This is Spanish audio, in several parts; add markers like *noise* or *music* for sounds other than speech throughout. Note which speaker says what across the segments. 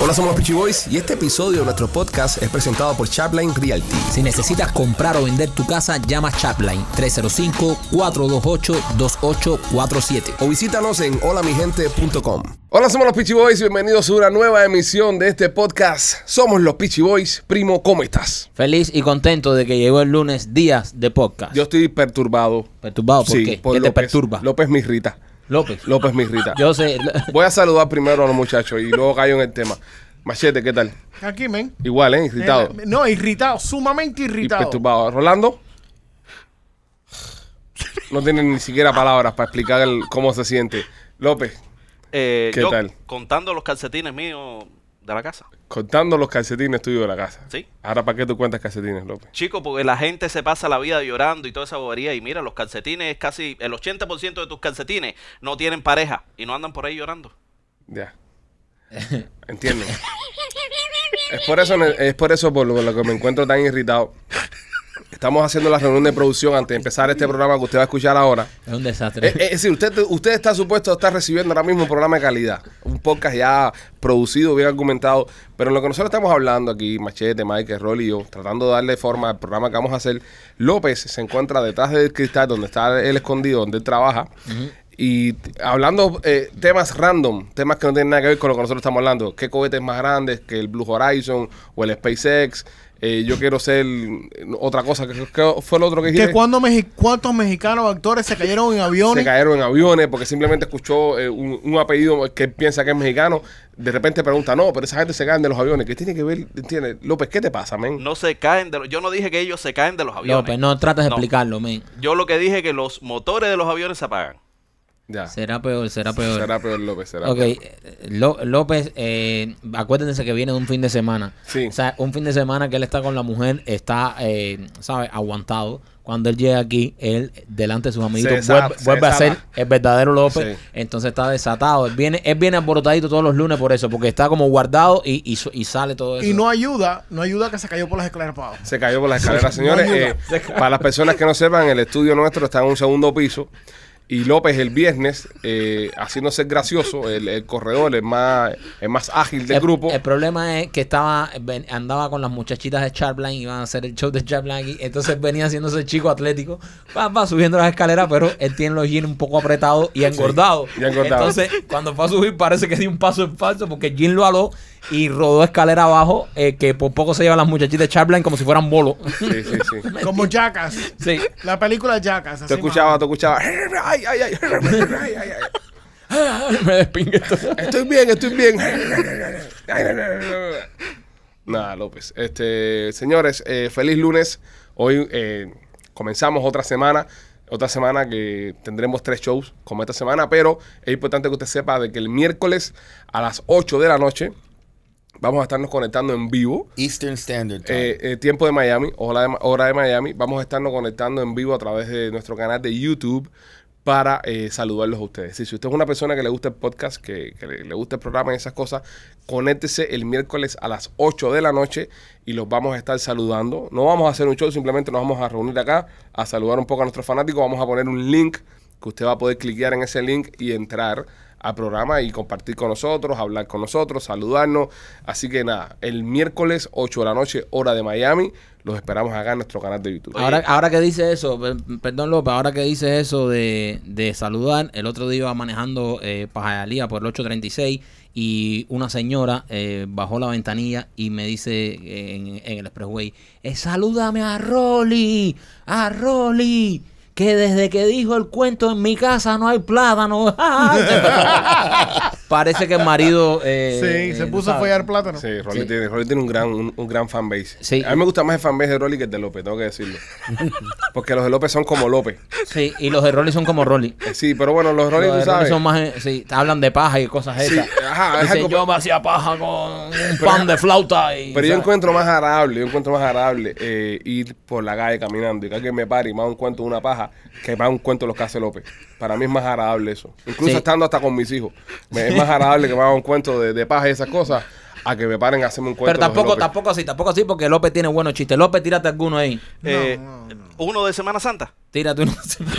Speaker 1: Hola, somos los Peachy Boys y este episodio de nuestro podcast es presentado por Chapline Realty.
Speaker 2: Si necesitas comprar o vender tu casa, llama Chapline 305-428-2847.
Speaker 1: O visítanos en holamigente.com. Hola, somos los Peachy Boys. Bienvenidos a una nueva emisión de este podcast. Somos los Peachy Boys. Primo, ¿cómo estás?
Speaker 3: Feliz y contento de que llegó el lunes días de podcast.
Speaker 1: Yo estoy perturbado.
Speaker 3: Perturbado, ¿por
Speaker 1: Sí,
Speaker 3: qué?
Speaker 1: por
Speaker 3: ¿Qué te
Speaker 1: López.
Speaker 3: perturba?
Speaker 1: López me irrita.
Speaker 3: López.
Speaker 1: López me irrita.
Speaker 3: Yo sé. *laughs*
Speaker 1: Voy a saludar primero a los muchachos y luego caigo en el tema. Machete, ¿qué tal?
Speaker 4: Aquí, men.
Speaker 1: Igual, ¿eh? Irritado.
Speaker 4: Eh, no, irritado, sumamente
Speaker 1: Y pues,
Speaker 4: irritado.
Speaker 1: perturbado. Rolando. No tiene ni siquiera palabras para explicar el- cómo se siente. López,
Speaker 5: Eh,
Speaker 1: ¿Qué
Speaker 5: yo
Speaker 1: tal?
Speaker 5: contando los calcetines míos de la casa.
Speaker 1: contando los calcetines tuyos de la casa.
Speaker 5: Sí.
Speaker 1: Ahora, ¿para qué tú cuentas calcetines, López?
Speaker 5: Chico, porque la gente se pasa la vida llorando y toda esa bobería. Y mira, los calcetines, casi el 80% de tus calcetines no tienen pareja y no andan por ahí llorando.
Speaker 1: Ya. Entiendo. es por eso, es por eso por lo, por lo que me encuentro tan irritado. Estamos haciendo la reunión de producción antes de empezar este programa que usted va a escuchar ahora.
Speaker 3: es un desastre.
Speaker 1: Es, es decir, Eh, usted, usted está supuesto a estar recibiendo ahora mismo un programa de calidad, un podcast ya producido, bien argumentado, pero en lo que nosotros estamos hablando aquí, Machete, Mike, Rolly y yo, tratando de darle forma al programa que vamos a hacer, López se encuentra detrás del cristal donde está él escondido, donde él trabaja, y t- hablando eh, temas random, temas que no tienen nada que ver con lo que nosotros estamos hablando, qué cohetes más grandes que el Blue Horizon o el SpaceX. eh, yo quiero ser eh, otra cosa. ¿Qué, qué fue lo otro que dijiste?
Speaker 4: Que cuando Mexi- cuántos mexicanos actores se cayeron en
Speaker 1: se
Speaker 4: aviones.
Speaker 1: cayeron en aviones porque simplemente escuchó eh, un, un apellido que él piensa que es mexicano. De repente pregunta, no, pero esa gente se caen de los aviones. ¿Qué tiene que ver? ¿Entiendes? López, ¿qué te pasa, men?
Speaker 5: No se caen de los. Yo no dije que ellos se caen de los
Speaker 1: eh,
Speaker 5: aviones.
Speaker 3: López, no trates de
Speaker 5: No.
Speaker 3: explicarlo, men.
Speaker 5: Yo lo que dije que los motores de los aviones se apagan.
Speaker 1: Ya.
Speaker 3: Será peor, será peor.
Speaker 1: Será peor, López, será
Speaker 3: Ok,
Speaker 1: peor.
Speaker 3: eh, Ló- López, eh, acuérdense que viene de un fin de semana.
Speaker 1: Sí.
Speaker 3: O sea, un fin de semana que él está con la mujer, está, eh, ¿sabes? Aguantado. Cuando él llega aquí, él, delante de sus amiguitos,
Speaker 1: desata,
Speaker 3: vuelve,
Speaker 1: se
Speaker 3: vuelve a ser
Speaker 1: desata.
Speaker 3: el verdadero López.
Speaker 1: Sí.
Speaker 3: Entonces está desatado. Él viene, él viene alborotadito todos los lunes por eso, porque está como guardado y, y, su- y sale todo eso.
Speaker 4: Y no ayuda, no ayuda que se cayó por las escaleras para abajo.
Speaker 1: Se cayó por las
Speaker 3: *laughs*
Speaker 1: escaleras, señores. Eh, para las personas que no sepan, el estudio nuestro está en un segundo piso. Y López el viernes, eh, haciéndose el gracioso, el, el corredor, el más, el más ágil del
Speaker 3: el,
Speaker 1: grupo.
Speaker 3: el problema es que estaba ven- andaba con las muchachitas de Chapline iban a hacer el show de Chapline aquí. Entonces venía haciéndose el chico atlético, va, va subiendo las escaleras, pero él tiene los jeans un poco apretados y engordado.
Speaker 1: y engordado.
Speaker 3: Entonces, cuando fue a subir, parece que dio un paso en falso porque el jean lo aló y rodó escalera abajo, eh, que por poco se llevan las muchachitas de Chapline como si fueran bolos.
Speaker 1: sí, sí, sí.
Speaker 4: Como Jackass.
Speaker 3: *laughs* sí.
Speaker 4: La película Jackass.
Speaker 1: Tú
Speaker 4: así,
Speaker 1: escuchabas, tú
Speaker 3: *laughs*
Speaker 1: escuchabas. "Ay, ay, ay, ay, ay, ay".
Speaker 3: Me despingué todo.
Speaker 1: Estoy bien, estoy bien. Nada, López. Este, señores, eh, feliz lunes. Hoy eh, comenzamos otra semana. Otra semana que tendremos tres shows como esta semana, pero es importante que usted sepa de que el miércoles a las 8 de la noche vamos a estarnos conectando en vivo.
Speaker 6: Eastern Standard Time.
Speaker 1: Eh, eh, tiempo de Miami, hora de, hora de Miami. Vamos a estarnos conectando en vivo a través de nuestro canal de YouTube para eh, saludarlos a ustedes. Si si usted es una persona que le gusta el podcast, que, que le, le gusta el programa y esas cosas, conéctese el miércoles a las 8 de la noche y los vamos a estar saludando. No vamos a hacer un show, simplemente nos vamos a reunir acá a saludar un poco a nuestros fanáticos. Vamos a poner un link que usted va a poder cliquear en ese link y entrar al programa y compartir con nosotros, hablar con nosotros, saludarnos. Así que nada, el miércoles 8 de la noche, hora de Miami, los esperamos acá en nuestro canal de YouTube.
Speaker 3: Ahora, ahora que dice eso, per- perdón López, ahora que dice eso de, de saludar, el otro día iba manejando eh, Pajalía por el 836 y una señora eh, bajó la ventanilla y me dice eh, en, en el expressway, eh, salúdame a Rolly, a Rolly, que desde que dijo el cuento en mi casa no hay plátano. *laughs* Parece que el marido...
Speaker 4: Sí,
Speaker 3: eh,
Speaker 4: se
Speaker 3: eh,
Speaker 4: puso a
Speaker 3: ¿sabes?
Speaker 4: follar plátano.
Speaker 1: Sí, Rolly,
Speaker 3: Sí.
Speaker 1: Tiene, Rolly tiene un gran, un, un gran fanbase.
Speaker 3: Sí.
Speaker 1: A mí me gusta más el fanbase de Rolly que el de López, tengo que
Speaker 3: *laughs*
Speaker 1: decirlo. Porque los de López son como López.
Speaker 3: Sí, y los de Rolly son como Rolly.
Speaker 1: Eh, Sí, pero bueno, los de Rolly,
Speaker 3: Los
Speaker 1: tú
Speaker 3: de
Speaker 1: sabes.
Speaker 3: Rolly son más, eh, sí, hablan de paja y cosas
Speaker 1: Sí,
Speaker 3: esas.
Speaker 1: ajá, Ah, es
Speaker 3: Dicen,
Speaker 1: algo-
Speaker 3: yo me hacía paja con un pan de flauta y...
Speaker 1: Pero yo
Speaker 3: ¿sabes?
Speaker 1: encuentro más agradable, yo encuentro más agradable eh, ir por la calle caminando y que alguien me pare y me haga un cuento de una paja que me haga un cuento de los que hace López. Para mí es más agradable eso. Incluso
Speaker 3: Sí.
Speaker 1: estando hasta con mis hijos. Me- Es más agradable que me haga un cuento de, de paja y esas cosas a que me paren a hacerme un cuento
Speaker 3: Pero
Speaker 1: de los de
Speaker 3: tampoco,
Speaker 1: López.
Speaker 3: tampoco así, tampoco así, porque López tiene buenos chistes. López, tírate alguno ahí.
Speaker 1: *laughs*
Speaker 5: Eh, Uno de Semana Santa.
Speaker 3: Tírate uno.
Speaker 1: Oye,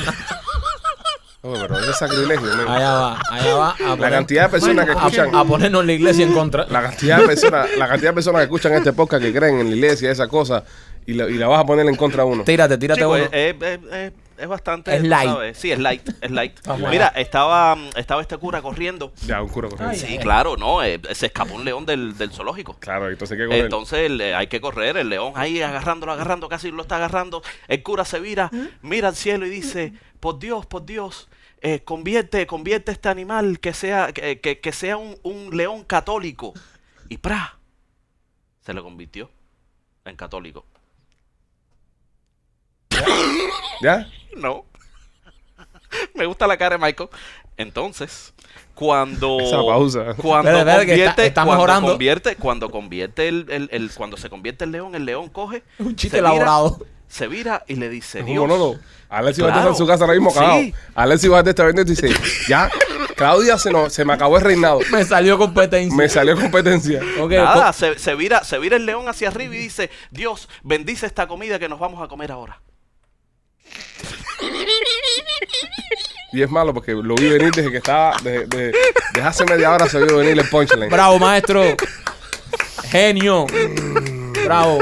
Speaker 1: Oh, pero ese es sacrilegio. men.
Speaker 3: Allá va, allá va. A
Speaker 1: La cantidad de personas que
Speaker 3: a-
Speaker 1: escuchan.
Speaker 3: A, ponernos la iglesia en contra.
Speaker 1: La cantidad de personas, la cantidad de personas que escuchan este podcast que creen en la iglesia, esa cosa, y la, y la vas a poner en contra a uno.
Speaker 3: Tírate, tírate
Speaker 5: Chico,
Speaker 3: uno.
Speaker 1: eh,
Speaker 5: es, es- es- es- es bastante.
Speaker 3: Es
Speaker 5: tú
Speaker 3: light.
Speaker 5: sabes. Sí, es light. Es light.
Speaker 3: Vamos
Speaker 5: Mira, estaba, estaba este cura corriendo.
Speaker 1: Ya, un cura pues. corriendo.
Speaker 5: Sí, claro, no. eh, se escapó un león del, del zoológico.
Speaker 1: Claro, entonces qué comer.
Speaker 5: Entonces el- eh, hay que correr, el león ahí agarrándolo, agarrando, casi lo está agarrando. El cura se vira, mira al cielo y dice, por Dios, por Dios, eh, convierte, convierte este animal que sea, que, eh, que- que sea un, un león católico. Y ¡pra! Se le convirtió en católico.
Speaker 1: ¿Ya?
Speaker 5: No. Me gusta la cara de Michael. Entonces, cuando.
Speaker 1: Esa pausa.
Speaker 5: Cuando
Speaker 3: Espera, espera, que
Speaker 5: convierte,
Speaker 3: está- está
Speaker 5: cuando
Speaker 3: mejorando.
Speaker 5: convierte, cuando convierte el, el- el- cuando se convierte el león, el león coge,
Speaker 3: Un chiste
Speaker 5: se vira-
Speaker 3: elaborado.
Speaker 5: se vira y le dice,
Speaker 1: Es un
Speaker 5: Dios,
Speaker 1: monólogo. Alexis va a estar
Speaker 5: Claro.
Speaker 1: en su casa ahora mismo
Speaker 5: Sí.
Speaker 1: cagado. Alexis va a estar está viendo y
Speaker 5: *laughs*
Speaker 1: dice, ya, Claudia se, nos- se me acabó el reinado.
Speaker 3: Me salió competencia.
Speaker 1: Me salió competencia.
Speaker 3: Ok,
Speaker 5: nada,
Speaker 3: co-
Speaker 5: se, se vira, se vira el león hacia arriba y dice, Dios, bendice esta comida que nos vamos a comer ahora.
Speaker 1: Y es malo porque lo vi venir desde que estaba, desde, desde- desde hace media hora se vio venir el punchline.
Speaker 3: Bravo, maestro.
Speaker 1: *laughs*
Speaker 3: Genio. Bravo.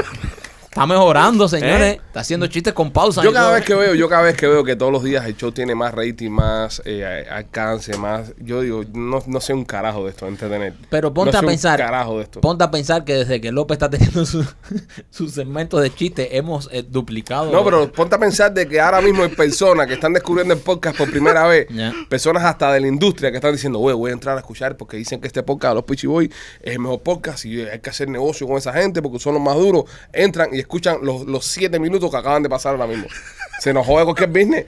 Speaker 3: Está mejorando, señores.
Speaker 5: ¿Eh?
Speaker 3: Está haciendo chistes con pausa.
Speaker 1: Yo
Speaker 3: y
Speaker 1: cada
Speaker 3: todo.
Speaker 1: vez que veo, yo cada vez que veo que todos los días el show tiene más rating, más eh, alcance, más. Yo digo, no, no sé un carajo de esto, entretener.
Speaker 3: Pero ponte
Speaker 1: No sé
Speaker 3: a pensar.
Speaker 1: Un carajo de esto.
Speaker 3: Ponte a pensar que desde que López está teniendo su, *laughs* su segmento de chistes, hemos eh, duplicado.
Speaker 1: No, pero ponte a pensar de que ahora mismo hay personas que están descubriendo el podcast por primera vez,
Speaker 3: *laughs* Ya.
Speaker 1: personas hasta de la industria que están diciendo, güey, voy a entrar a escuchar porque dicen que este podcast de los Pichiboy es el mejor podcast y hay que hacer negocio con esa gente porque son los más duros. Entran y escuchan los, los siete minutos que acaban de pasar ahora mismo. Se nos jode cualquier business.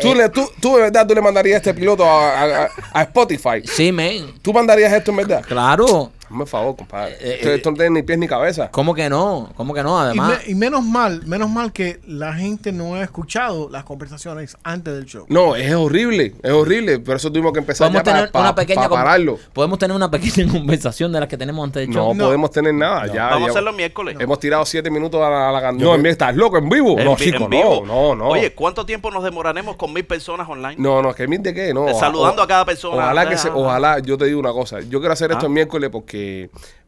Speaker 1: Tú, le, tú, tú, de verdad, tú le mandarías este piloto a, a- a- a Spotify.
Speaker 3: Sí, men.
Speaker 1: ¿Tú mandarías esto en verdad?
Speaker 3: Claro.
Speaker 1: Hazme favor, compadre.
Speaker 3: Eh,
Speaker 1: Esto-
Speaker 3: eh,
Speaker 1: esto no tiene ni pies ni cabeza.
Speaker 3: ¿Cómo que no? ¿Cómo que no?
Speaker 4: Y,
Speaker 3: Además.
Speaker 4: me- y menos mal, menos mal que la gente no ha escuchado las conversaciones antes del show.
Speaker 1: No, es horrible, es horrible. Por eso tuvimos que empezar
Speaker 3: Podemos
Speaker 1: ya para,
Speaker 3: tener,
Speaker 1: para-
Speaker 3: una pequeña
Speaker 1: para
Speaker 3: con-
Speaker 1: pararlo.
Speaker 3: podemos tener una pequeña *laughs* conversación de las que tenemos antes de show.
Speaker 1: No, podemos tener nada. Ya,
Speaker 5: vamos
Speaker 1: Ah, ya-
Speaker 5: a hacerlo el miércoles.
Speaker 1: Hemos tirado siete minutos a la, a la can- No, en vivo, estás loco, en vivo.
Speaker 5: En
Speaker 1: no,
Speaker 5: vi- en
Speaker 1: chico,
Speaker 5: vivo.
Speaker 1: no, no, no.
Speaker 5: Oye, ¿cuánto tiempo nos demoraremos con mil personas online?
Speaker 1: no, no, que mil de qué, no. ah,
Speaker 5: Eh, saludando a cada persona.
Speaker 1: Ojalá que se,
Speaker 5: Ah.
Speaker 1: ojalá, yo te digo una cosa. Yo quiero hacer esto
Speaker 5: Ah.
Speaker 1: el miércoles porque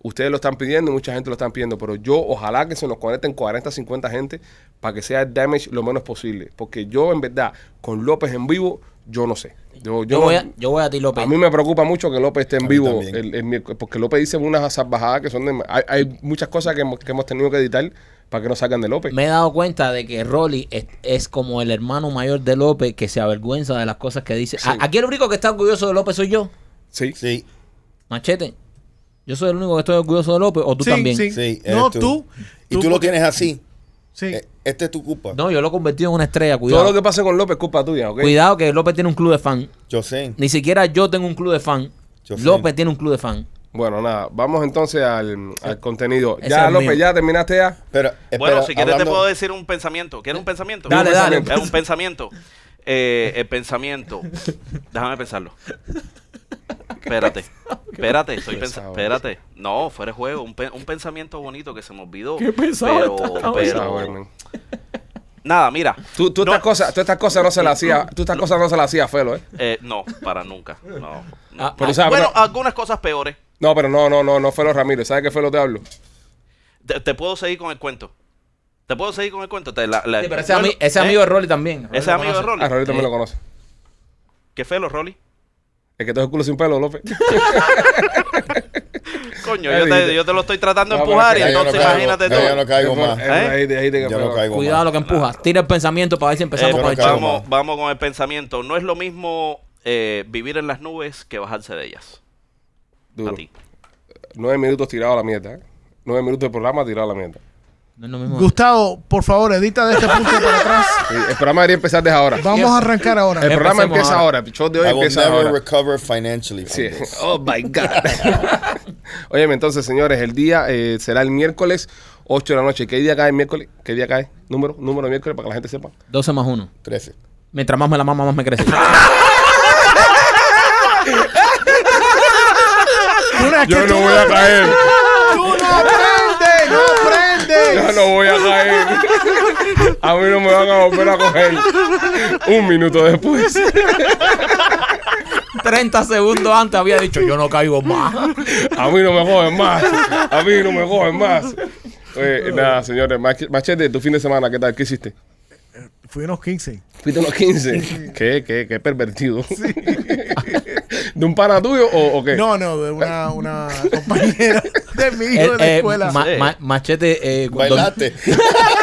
Speaker 1: ustedes lo están pidiendo, mucha gente lo están pidiendo, pero yo ojalá que se nos conecten 40, 50 gente para que sea el damage lo menos posible. Porque yo, en verdad, con López en vivo, yo no sé. Yo, yo
Speaker 3: Yo,
Speaker 1: no-
Speaker 3: voy a, yo voy a ti, López.
Speaker 1: A mí me preocupa mucho que López esté en
Speaker 6: mí
Speaker 1: vivo
Speaker 6: también.
Speaker 1: el, el miércoles, porque López dice unas salvajadas que son de... Hay, hay muchas cosas que hemos, que hemos tenido que editar para que no salgan de López.
Speaker 3: Me he dado cuenta de que Rolly es, es como el hermano mayor de López que se avergüenza de las cosas que dice.
Speaker 1: Sí.
Speaker 3: A- aquí el único que está orgulloso de López soy yo,
Speaker 1: Sí.
Speaker 6: Sí,
Speaker 3: Machete. Yo soy el único que estoy orgulloso de López, o tú
Speaker 4: Sí,
Speaker 3: también.
Speaker 4: sí.
Speaker 6: sí. eres
Speaker 4: No, tú.
Speaker 6: Y tú, lo
Speaker 4: porque-
Speaker 6: tienes así.
Speaker 4: Sí.
Speaker 6: Eh, Este es tu culpa.
Speaker 3: No, yo lo he convertido en una estrella, cuidado.
Speaker 1: Todo lo que pase con López es culpa tuya, ¿ok?
Speaker 3: Cuidado que López tiene un club de fan.
Speaker 6: Yo sé.
Speaker 3: Ni siquiera yo tengo un club de fan.
Speaker 6: Yo sé.
Speaker 3: López tiene un club de fan.
Speaker 1: Bueno, nada, vamos entonces al, al contenido.
Speaker 3: Ese es
Speaker 1: ya,
Speaker 3: el
Speaker 1: López,
Speaker 3: mío.
Speaker 1: ya terminaste ya.
Speaker 6: Pero, espera,
Speaker 5: Bueno, si quieres te
Speaker 6: hablando-
Speaker 5: puedo decir un pensamiento. ¿Quieres un pensamiento?
Speaker 3: Dale,
Speaker 5: Un
Speaker 3: dale.
Speaker 5: pensamiento. Es un pensamiento. Eh, el pensamiento. Déjame pensarlo. Espérate. Espérate, estoy
Speaker 1: pesado.
Speaker 5: pensando. Espérate. No, fuera de juego. Un, pe- un pensamiento bonito que se me olvidó.
Speaker 3: Qué pesado
Speaker 5: Pero,
Speaker 3: está,
Speaker 5: pero-
Speaker 1: Esa, güey, man.
Speaker 5: Nada, mira.
Speaker 1: Pues, ah, Tú, tú
Speaker 5: no,
Speaker 1: estas cosas, tú estas cosas no se las hacías, tú estas cosas no se las hacías, Felo, ¿eh?
Speaker 5: eh, no, para nunca. No. no.
Speaker 3: Ah,
Speaker 1: Pero,
Speaker 5: Ah,
Speaker 1: ¿sabes?
Speaker 5: bueno,
Speaker 1: Pero-
Speaker 5: algunas cosas peores.
Speaker 1: No, pero no, no, no, no Felo Ramírez. ¿Sabes qué Felo te hablo?
Speaker 5: Te, te puedo seguir con el cuento. Te puedo seguir con el cuento. Te la- la-
Speaker 3: Sí, pero ese,
Speaker 5: bueno,
Speaker 3: ami- ese
Speaker 5: ¿eh?
Speaker 3: amigo de Rolly también. Rolly
Speaker 5: Ese
Speaker 3: lo
Speaker 5: amigo de
Speaker 3: conoce.
Speaker 5: Rolly.
Speaker 1: Ah, Rolly también
Speaker 3: Eh.
Speaker 1: lo conoce.
Speaker 5: ¿Qué felo, Rolly?
Speaker 1: El que te el culo sin pelo, López.
Speaker 5: Coño,
Speaker 1: Ya
Speaker 5: yo te,
Speaker 1: dijiste.
Speaker 5: yo te lo estoy tratando de
Speaker 1: No, pero
Speaker 5: empujar y
Speaker 1: espera,
Speaker 6: Ya yo no
Speaker 5: entonces
Speaker 6: caigo,
Speaker 5: imagínate
Speaker 6: ya
Speaker 5: tú.
Speaker 6: yo no caigo
Speaker 1: Fue-
Speaker 6: más.
Speaker 1: eh, ahí te- ahí te-
Speaker 6: Ya no caigo
Speaker 3: Cuidado
Speaker 6: más.
Speaker 3: lo que empujas. Tira el pensamiento para ver si empezamos
Speaker 5: Eh,
Speaker 3: con
Speaker 6: no
Speaker 3: el
Speaker 6: caigo.
Speaker 3: show.
Speaker 5: vamos,
Speaker 6: más.
Speaker 5: vamos con el pensamiento. No es lo mismo eh, vivir en las nubes que bajarse de ellas.
Speaker 1: Duro.
Speaker 5: A ti.
Speaker 1: Nueve minutos tirado a la mierda, ¿eh? Nueve minutos de programa tirado a la mierda.
Speaker 3: No es lo mismo.
Speaker 4: Gustavo, por favor, edita de este punto
Speaker 1: *laughs*
Speaker 4: para atrás.
Speaker 1: Sí, el programa debería empezar desde ahora.
Speaker 4: Vamos a arrancar ahora.
Speaker 1: El programa
Speaker 3: Empecemos
Speaker 1: empieza ahora. El show de hoy
Speaker 6: I will
Speaker 1: empieza
Speaker 6: never
Speaker 1: ahora.
Speaker 6: recover financially from
Speaker 1: Sí.
Speaker 6: this.
Speaker 1: Oh my God. *laughs* Óyeme, entonces, señores, el día eh, será el miércoles, 8 de la noche. ¿Qué día cae el miércoles? ¿Qué día cae? Número, número de miércoles para que la gente sepa.
Speaker 3: 12 más 1.
Speaker 6: 13.
Speaker 3: Mientras más me la mama, más me crece. *laughs*
Speaker 4: Una vez que tú-
Speaker 1: caer.
Speaker 4: Tú no aprendes, no
Speaker 1: *laughs*
Speaker 4: aprendes.
Speaker 1: Yo no voy a caer. A mí no me van a volver a coger. Un minuto después.
Speaker 3: 30 segundos antes había dicho, yo no caigo más.
Speaker 1: A mí no me joden más. A mí no me joden más. Oye, nada, señores. Mach- Machete, tu fin de semana, ¿qué tal? ¿Qué hiciste?
Speaker 4: Fui unos 15.
Speaker 1: Fuiste a los 15. ¿Qué, qué, qué pervertido? ¿De un pana tuyo o, o qué?
Speaker 4: No, no, de una,
Speaker 1: *laughs*
Speaker 4: una compañera de mi hijo de
Speaker 3: Eh,
Speaker 4: la
Speaker 3: eh,
Speaker 4: escuela.
Speaker 3: ma-
Speaker 5: Sí.
Speaker 3: ma- machete, eh, donde,
Speaker 6: Bailaste.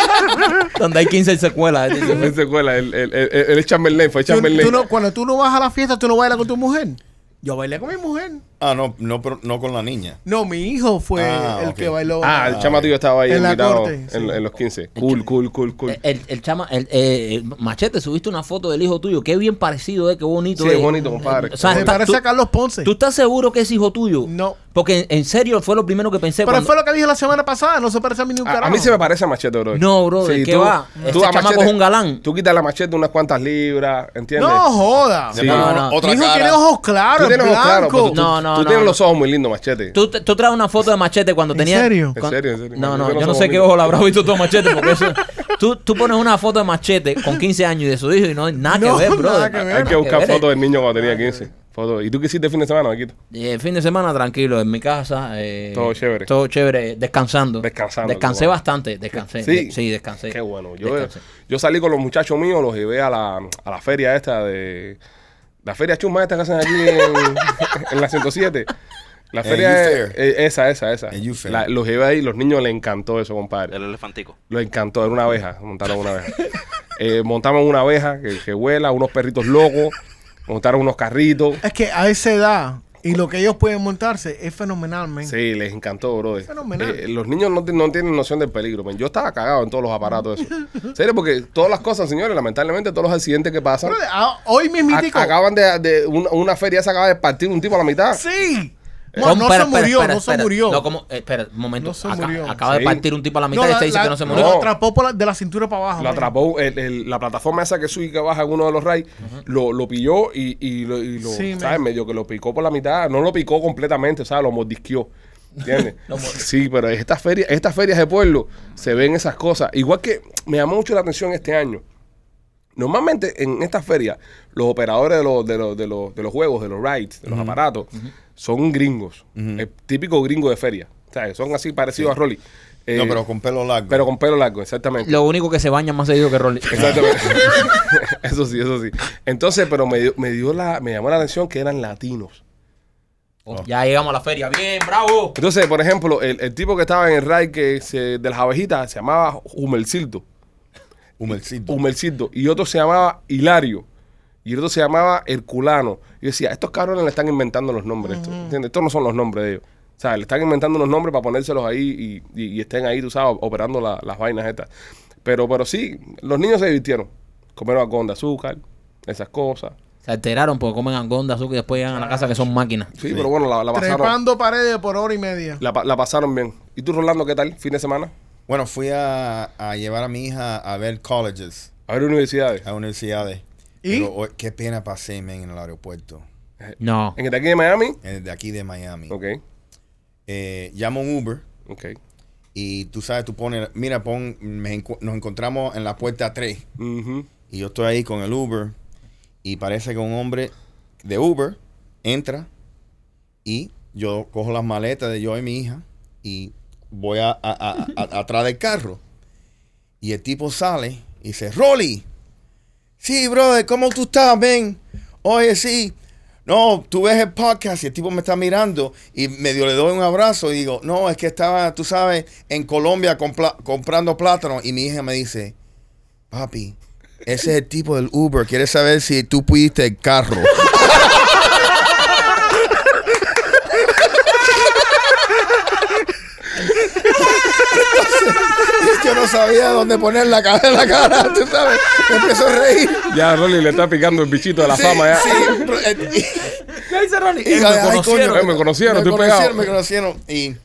Speaker 3: *laughs* donde hay 15 secuelas. "Eh,
Speaker 1: Él se cuela, él, él, él- él es Chamberlain, fue
Speaker 4: Tú-
Speaker 1: Chamberlain.
Speaker 4: tú no- cuando tú no vas a la fiesta, tú no bailas con tu mujer. Yo bailé con mi mujer.
Speaker 6: Ah, no, no, pero no con la niña.
Speaker 4: No, mi hijo fue
Speaker 6: Ah,
Speaker 4: el
Speaker 6: ok.
Speaker 4: que bailó.
Speaker 1: Ah, el chama tuyo estaba ahí
Speaker 4: En la
Speaker 1: invitado
Speaker 4: corte,
Speaker 1: en,
Speaker 4: sí.
Speaker 1: en los 15. Cool, cool, cool, cool.
Speaker 3: El, el chama, el, eh, el machete, subiste una foto del hijo tuyo. Qué bien parecido es, qué bonito
Speaker 1: Sí,
Speaker 3: es.
Speaker 1: es bonito, compadre.
Speaker 3: O sea,
Speaker 4: Me
Speaker 3: está-
Speaker 4: parece
Speaker 3: tú-
Speaker 4: a Carlos Ponce.
Speaker 3: ¿Tú estás seguro que es hijo tuyo?
Speaker 4: No.
Speaker 3: Porque en, en serio fue lo primero que pensé.
Speaker 4: pero
Speaker 3: cuando-
Speaker 4: fue lo que dije la semana pasada, no se parece a mí ni un
Speaker 1: A,
Speaker 4: carajo.
Speaker 1: a mí se me parece a Machete, bro.
Speaker 3: No, bro, ¿de qué va? Este
Speaker 1: a
Speaker 3: chamaco es un galán.
Speaker 1: Tú quitas la Machete unas cuantas libras, ¿entiendes?
Speaker 4: No joda.
Speaker 6: De
Speaker 1: Sí.
Speaker 6: pronto,
Speaker 3: No, no.
Speaker 6: Otra
Speaker 4: mi hijo
Speaker 6: cara.
Speaker 4: tiene ojos claros,
Speaker 1: Tú tienes ojos claros,
Speaker 4: blanco.
Speaker 1: pero tú,
Speaker 3: No, no,
Speaker 1: tú
Speaker 3: no,
Speaker 1: tienes
Speaker 3: no.
Speaker 1: los ojos muy lindos, Machete.
Speaker 3: Tú, te- tú traes una foto de Machete cuando
Speaker 4: ¿En
Speaker 3: tenía.
Speaker 4: serio?
Speaker 3: cuan-
Speaker 1: En serio, en serio.
Speaker 3: No, no,
Speaker 1: Nosotros
Speaker 3: yo no
Speaker 1: somos
Speaker 3: sé qué
Speaker 1: amigos.
Speaker 3: ojo le habrá visto todo Machete. Porque eso, tú, tú pones una foto de Machete con 15 años y de su hijo y no hay nada
Speaker 4: No,
Speaker 3: que ver, bro.
Speaker 4: nada que ver.
Speaker 1: Hay que buscar
Speaker 3: ver. eh.
Speaker 1: fotos del niño cuando tenía 15. Fotos. ¿Y tú qué hiciste el fin de semana, Maquito?
Speaker 3: Y el fin de semana tranquilo, en mi casa. eh,
Speaker 1: Todo chévere.
Speaker 3: Todo chévere, descansando.
Speaker 1: Descansando,
Speaker 3: Descansé
Speaker 1: qué bueno.
Speaker 3: bastante, descansé.
Speaker 1: Sí.
Speaker 3: de- Eh, sí, descansé.
Speaker 1: Qué bueno. Yo,
Speaker 3: Descansé.
Speaker 1: yo salí con los muchachos míos, los llevé a la, a la feria esta de. La feria chuma esta que hacen aquí en, *laughs* en la 107. La
Speaker 6: En
Speaker 1: feria es,
Speaker 6: UFair.
Speaker 1: eh, esa, esa, esa.
Speaker 6: En UFair.
Speaker 1: La- los llevé ahí, los niños les encantó eso, compadre.
Speaker 5: El elefantico.
Speaker 1: Los encantó, era una abeja, montaron una
Speaker 6: *laughs*
Speaker 1: abeja. Eh, montaron una abeja que, que vuela, unos perritos locos, montaron unos carritos.
Speaker 4: Es que a esa edad y lo que ellos pueden montarse es fenomenal, men.
Speaker 1: Sí, les encantó, brother.
Speaker 4: Fenomenal.
Speaker 1: Eh, los niños no, ti- no tienen noción del peligro, men. Yo estaba cagado en todos los aparatos eso. Serio, porque todas las cosas, señores, lamentablemente todos los accidentes que pasan
Speaker 4: Brother, a- ah, hoy
Speaker 1: a-
Speaker 4: mismitico.
Speaker 1: acaban de, de una, una feria se acaba de partir un tipo a la mitad. Eh.
Speaker 4: Sí.
Speaker 3: ¿Cómo?
Speaker 4: Bueno, no
Speaker 3: Espera,
Speaker 4: se
Speaker 3: espera,
Speaker 4: murió,
Speaker 3: espera,
Speaker 4: no se
Speaker 3: espera.
Speaker 4: murió.
Speaker 3: No, como, eh, espera, un momento.
Speaker 4: No se
Speaker 3: Aca-
Speaker 4: murió.
Speaker 3: Acaba
Speaker 1: Sí.
Speaker 3: de partir un tipo a la mitad
Speaker 4: No,
Speaker 3: y
Speaker 4: la-
Speaker 3: usted dice
Speaker 4: la-
Speaker 3: que no se
Speaker 4: lo
Speaker 3: murió.
Speaker 1: No.
Speaker 4: atrapó por la- de la cintura para abajo.
Speaker 1: Lo
Speaker 4: men.
Speaker 1: atrapó el- el- la plataforma esa que sube y que baja en uno de los rayos, lo, lo pilló y, y lo, y lo,
Speaker 4: Sí,
Speaker 1: ¿sabes?
Speaker 4: men.
Speaker 1: Medio que lo picó por la mitad, no lo picó completamente, o sea, lo mordisqueó.
Speaker 6: *laughs*
Speaker 1: ¿Entiendes? sí, pero estas ferias, estas ferias de pueblo se ven esas cosas. Igual que me llamó mucho la atención este año. Normalmente en estas ferias, los operadores de los, de los, de los, de los juegos, de los rides, de los aparatos, son gringos. El típico gringo de feria. O sea, son así parecidos a Rolly. Eh,
Speaker 6: No, pero con pelo largo. Ah,
Speaker 1: pero con pelo largo, exactamente.
Speaker 3: Lo único que se baña más seguido que Rolly.
Speaker 1: Exactamente. *laughs* eso sí, eso sí. Entonces, pero me dio, me dio la, me llamó la atención que eran latinos.
Speaker 3: Oh, Ya llegamos a la feria. Bien, bravo.
Speaker 1: Entonces, por ejemplo, el, el tipo que estaba en el ride que se- de las abejitas se llamaba Humercildo.
Speaker 6: Humercito.
Speaker 1: Humercildo. Y otro se llamaba Hilario. Y otro se llamaba Herculano. Y yo decía, estos cabrones le están inventando los nombres. estos, ¿entiendes? Estos no son los nombres de ellos. O sea, le están inventando los nombres para ponérselos ahí y, y- y estén ahí, tú sabes, operando la- las vainas estas. Pero, pero sí, los niños se divirtieron. Comieron algodón de azúcar, esas cosas.
Speaker 3: Se alteraron porque comen angonda, azúcar y después llegan a la casa que son máquinas.
Speaker 1: Sí, pero bueno, la, la pasaron,
Speaker 4: Trepando paredes por hora y media.
Speaker 1: la, pa- la pasaron bien. ¿Y tú, Rolando, qué tal? ¿Fin de semana?
Speaker 6: Bueno, fui a, a llevar a mi hija a ver colleges,
Speaker 1: A ver universidades.
Speaker 6: a universidades.
Speaker 4: ¿Y?
Speaker 6: Pero, oh, qué pena pasé, men, en el aeropuerto.
Speaker 3: No.
Speaker 1: ¿En el de aquí de Miami?
Speaker 6: en el de aquí de Miami.
Speaker 1: Ok,
Speaker 6: Eh, llamo un Uber
Speaker 1: ok.
Speaker 6: y tú sabes, tú pones, mira, pon, me encu- nos encontramos en la puerta 3
Speaker 1: Ujú.
Speaker 6: y yo estoy ahí con el Uber y parece que un hombre de Uber entra y yo cojo las maletas de yo y mi hija y voy a, a- a- a- atrás del carro y el tipo sale y dice, Rolly, sí, brother, ¿cómo tú estás, ven? Oye, sí. No, tú ves el podcast y el tipo me está mirando y medio le doy un abrazo y digo, no, es que estaba, tú sabes, en Colombia compla- comprando plátano y mi hija me dice, papi, ese es el tipo del Uber, quiere saber si tú pudiste el carro. Yo no sabía dónde poner la cara, la cara, tú sabes. Me empiezo a reír.
Speaker 1: Ya, Rolly le está picando el bichito de la
Speaker 6: Sí,
Speaker 1: fama ya.
Speaker 6: sí,
Speaker 1: *laughs*
Speaker 6: pero, eh, y- y-
Speaker 3: Eh, me
Speaker 6: ay, coño,
Speaker 3: conocieron.
Speaker 1: Eh, me conocieron, estoy
Speaker 6: me conocieron,
Speaker 1: pegado.
Speaker 6: me conocieron. Y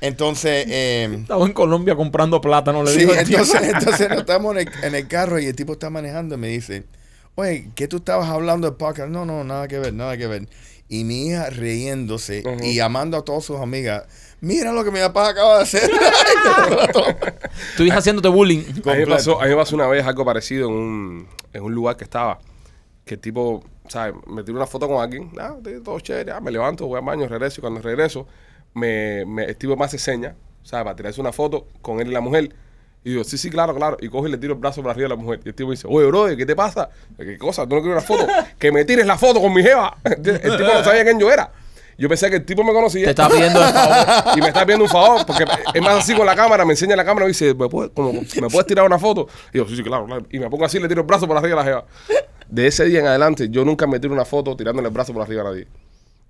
Speaker 6: entonces, eh,
Speaker 3: Estaba en Colombia comprando plátano, le
Speaker 6: sí,
Speaker 3: dijo el tío.
Speaker 6: entonces,
Speaker 3: *laughs*
Speaker 6: entonces nos estamos en el, en el carro y el tipo está manejando y me dice, oye, ¿qué tú estabas hablando de podcast? No, no, nada que ver, nada que ver. Y mi hija riéndose
Speaker 1: Ujú.
Speaker 6: y llamando a todas sus amigas. Mira lo que mi papá acaba
Speaker 3: *laughs*
Speaker 6: de hacer.
Speaker 3: Tu hija haciéndote
Speaker 1: *laughs*
Speaker 3: bullying.
Speaker 1: A mí, me
Speaker 6: Completo.
Speaker 1: pasó, a mí me pasó una vez algo parecido en un, en un lugar que estaba. Que el tipo, ¿sabes? Me tiró una foto con alguien. Ah, te- todo chévere. Ah, me levanto, voy al baño, regreso. Y cuando regreso, me, me, el tipo me hace seña, ¿sabes? Para tirarse una foto con él y la mujer. Y yo, sí, sí, claro, claro. Y coge y le tiro el brazo para arriba a la mujer. Y el tipo dice, oye, bro, ¿qué te pasa? ¿Qué cosa? ¿Tú no quieres una foto? que me tires la foto con mi jeva. *laughs* ¿Entiendes? el tipo no sabía quién yo era. Yo pensé que el tipo me conocía
Speaker 3: Te estaba pidiendo el
Speaker 1: y me está pidiendo un favor, porque es más así con la cámara, me enseña la cámara y dice, ¿me puedes, como, ¿me puedes tirar una foto? Y yo, sí, sí, claro, claro. Y me pongo así, le tiro el brazo por arriba a la jeva. De ese día en adelante, yo nunca me tiro una foto tirándole el brazo por arriba a nadie.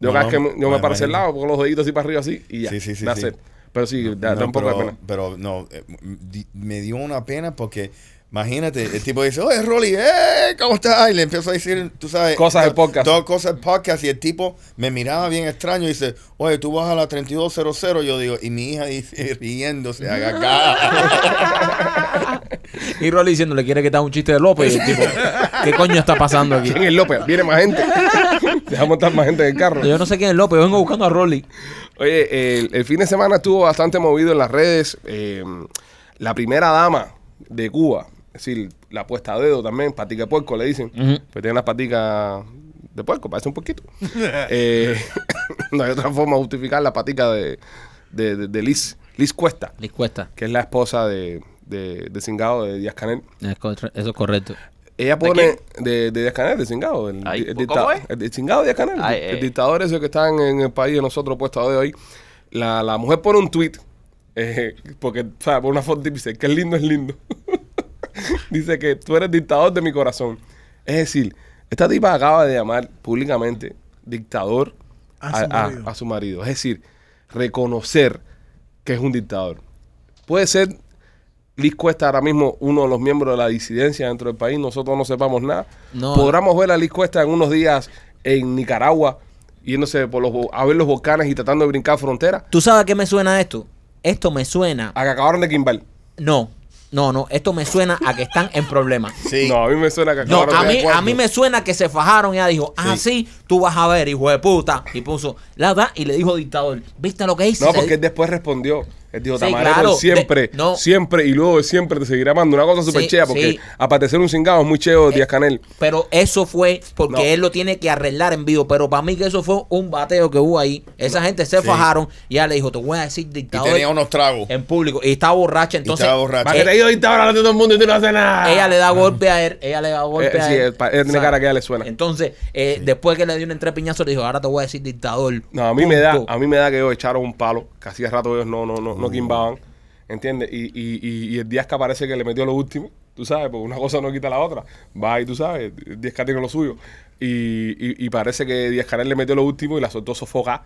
Speaker 1: Yo
Speaker 6: No,
Speaker 1: cada vez que
Speaker 6: no,
Speaker 1: me- yo me
Speaker 6: me
Speaker 1: paro el
Speaker 6: imagino.
Speaker 1: lado, pongo los deditos así para arriba así y ya.
Speaker 6: Sí, sí, sí,
Speaker 1: da
Speaker 6: sí.
Speaker 1: sed. Pero sí, da,
Speaker 6: No,
Speaker 1: da un poco
Speaker 6: pero,
Speaker 1: de pena. *laughs*
Speaker 6: Pero no, eh, di- me dio una pena porque imagínate, el tipo dice, oye, Rolly, ¡eh! ¿Cómo estás? Y le empiezo a decir, tú sabes.
Speaker 1: Cosas de
Speaker 6: to-
Speaker 1: podcast.
Speaker 6: Todas cosas de podcast. Y el tipo me miraba bien extraño y dice, oye, tú vas a la 3200. Yo digo, y mi hija dice, *laughs* riéndose,
Speaker 1: *laughs*
Speaker 6: agacada.
Speaker 3: Y Rolly diciendo, le quiere quitar un chiste de López. Y el tipo, ¿qué coño está pasando aquí?
Speaker 1: ¿Quién es López? Viene más gente. Dejamos montar más gente en el carro.
Speaker 3: Yo no sé quién es López, yo vengo buscando a Rolly.
Speaker 1: Oye, eh, el, el fin de semana estuvo bastante movido en las redes. Eh, la primera dama de Cuba, es decir, la puesta a dedo también, patica de puerco le dicen, pues tiene las paticas de puerco, parece un poquito. *laughs* Eh, no hay otra forma de justificar la patica de, de, de- de Liz, Liz Cuesta,
Speaker 3: Les cuesta.
Speaker 1: que es la esposa de, de, de Cingado, de Díaz Canel.
Speaker 3: Es corre- Eso es correcto.
Speaker 1: Ella pone de, de Díaz Canel, de Cingado, el,
Speaker 5: Ay,
Speaker 1: el
Speaker 5: ¿cómo
Speaker 1: dicta-
Speaker 5: es?
Speaker 1: el de Cingado Díaz Canel,
Speaker 5: Ay,
Speaker 1: el
Speaker 5: eh.
Speaker 1: dictador ese que están en el país de nosotros puesto de hoy. La, la mujer pone un tweet porque, o sea, pone una foto y dice, que lindo es lindo. *laughs* dice que tú eres dictador de mi corazón. Es decir, esta tipa acaba de llamar públicamente dictador
Speaker 4: A
Speaker 1: a-
Speaker 4: su
Speaker 1: a-
Speaker 4: marido.
Speaker 1: a su marido. Es decir, reconocer que es un dictador. Puede ser Liz Cuesta ahora mismo uno de los miembros de la disidencia dentro del país, nosotros no sepamos nada.
Speaker 3: No.
Speaker 1: Podríamos ver a Liz Cuesta en unos días en Nicaragua, yéndose por los, vo- a ver los volcanes y tratando de brincar fronteras,
Speaker 3: ¿Tú sabes a qué me suena esto? Esto me suena...
Speaker 1: a que acabaron de Kimball.
Speaker 3: No, no, no. Esto me suena a que están en problemas.
Speaker 6: Sí.
Speaker 1: No, a mí me suena que
Speaker 3: No,
Speaker 1: acabaron
Speaker 3: a
Speaker 1: de
Speaker 3: mí,
Speaker 6: acuerdo.
Speaker 3: a mí me suena que se fajaron. Ella dijo, ah, sí, tú vas a ver, hijo de puta. Y puso, la da, y le dijo dictador, ¿viste lo que hice?
Speaker 1: No,
Speaker 3: Se-
Speaker 1: porque él después respondió. Él dijo,
Speaker 3: Sí,
Speaker 1: Tamarero,
Speaker 3: claro,
Speaker 1: siempre,
Speaker 3: de- no.
Speaker 1: siempre y luego de siempre te seguirá amando. Una cosa súper
Speaker 3: Sí,
Speaker 1: chea, porque
Speaker 3: sí. Eh,
Speaker 1: aparecer un cingado es muy cheo de Díaz Canel.
Speaker 3: Pero eso fue porque
Speaker 1: No.
Speaker 3: él lo tiene que arreglar en vivo. Pero para mí que eso fue un bateo que hubo ahí. Esa gente se fajaron y ya le dijo, te voy a decir
Speaker 6: Y
Speaker 3: dictador
Speaker 6: tenía unos tragos.
Speaker 1: Em,
Speaker 3: en público. Y estaba borracha,
Speaker 6: Y
Speaker 3: entonces e-,
Speaker 6: estaba borracho.
Speaker 1: Va que te ha ido dictador hablando de todo el mundo y tú no haces nada.
Speaker 3: ella le da golpe a él, ella le da golpe
Speaker 1: Eh,
Speaker 3: a
Speaker 1: sí,
Speaker 3: él.
Speaker 1: él pa- él tiene
Speaker 3: ¿Sabes?
Speaker 1: cara que a ella le suena.
Speaker 3: Entonces, eh, después que le dio un entrepiñazo, le dijo, ahora te voy a decir dictador.
Speaker 1: No, a mí me da,
Speaker 3: Punto.
Speaker 1: a mí me da que ellos echaron un palo, que hacía rato ellos no, no, no, no quimbaban, ¿entiendes? Y, y, y, y el Díaz que parece que le metió lo último, tú sabes, porque una cosa no quita la otra. Va y tú sabes, el Díaz que tiene lo suyo. Y, y, y parece que Díaz Canel le metió lo último y la soltó sofocada.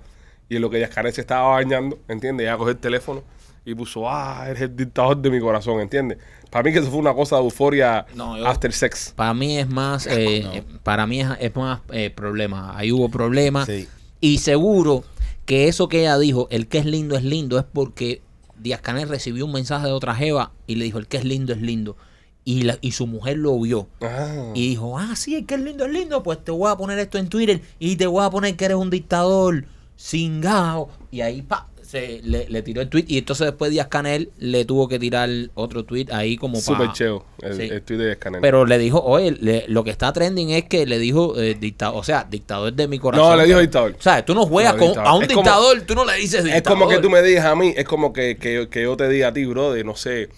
Speaker 1: Y en lo que Díaz Canel se estaba bañando, ¿entiendes? Ella cogió el teléfono y puso, ah, eres el dictador de mi corazón, ¿entiendes? Para mí que eso fue una cosa de euforia
Speaker 3: No, yo-
Speaker 1: after sex.
Speaker 3: Para mí es más, eh, eh, para mí es, es más eh, problema. Ahí hubo problemas.
Speaker 6: Sí.
Speaker 3: Y seguro que eso que ella dijo, el que es lindo es lindo, es porque Díaz Canel recibió un mensaje de otra jeva y le dijo, el que es lindo es lindo. Y, la- y su mujer lo vio.
Speaker 1: Ah.
Speaker 3: Y dijo, ah, sí, el que es lindo es lindo, pues te voy a poner esto en Twitter y te voy a poner que eres un dictador cingado. Y ahí, pa, se, le, le tiró el tweet. Y entonces después Díaz Canel le tuvo que tirar otro tweet ahí como
Speaker 1: Súper
Speaker 3: para...
Speaker 1: cheo el,
Speaker 3: Sí.
Speaker 1: el tweet de Díaz Canel.
Speaker 3: Pero le dijo, oye, le- lo que está trending es que le dijo eh, dictador, o sea, dictador de mi corazón.
Speaker 1: No, le dijo
Speaker 3: Pero-
Speaker 1: dictador.
Speaker 3: O sea, tú no juegas
Speaker 1: No,
Speaker 3: con,
Speaker 1: dictador.
Speaker 3: a un
Speaker 1: Es como-
Speaker 3: dictador, tú no le dices dictador.
Speaker 1: Es como que tú me digas a mí, es como que, que, que yo te diga a ti, bro, de no sé.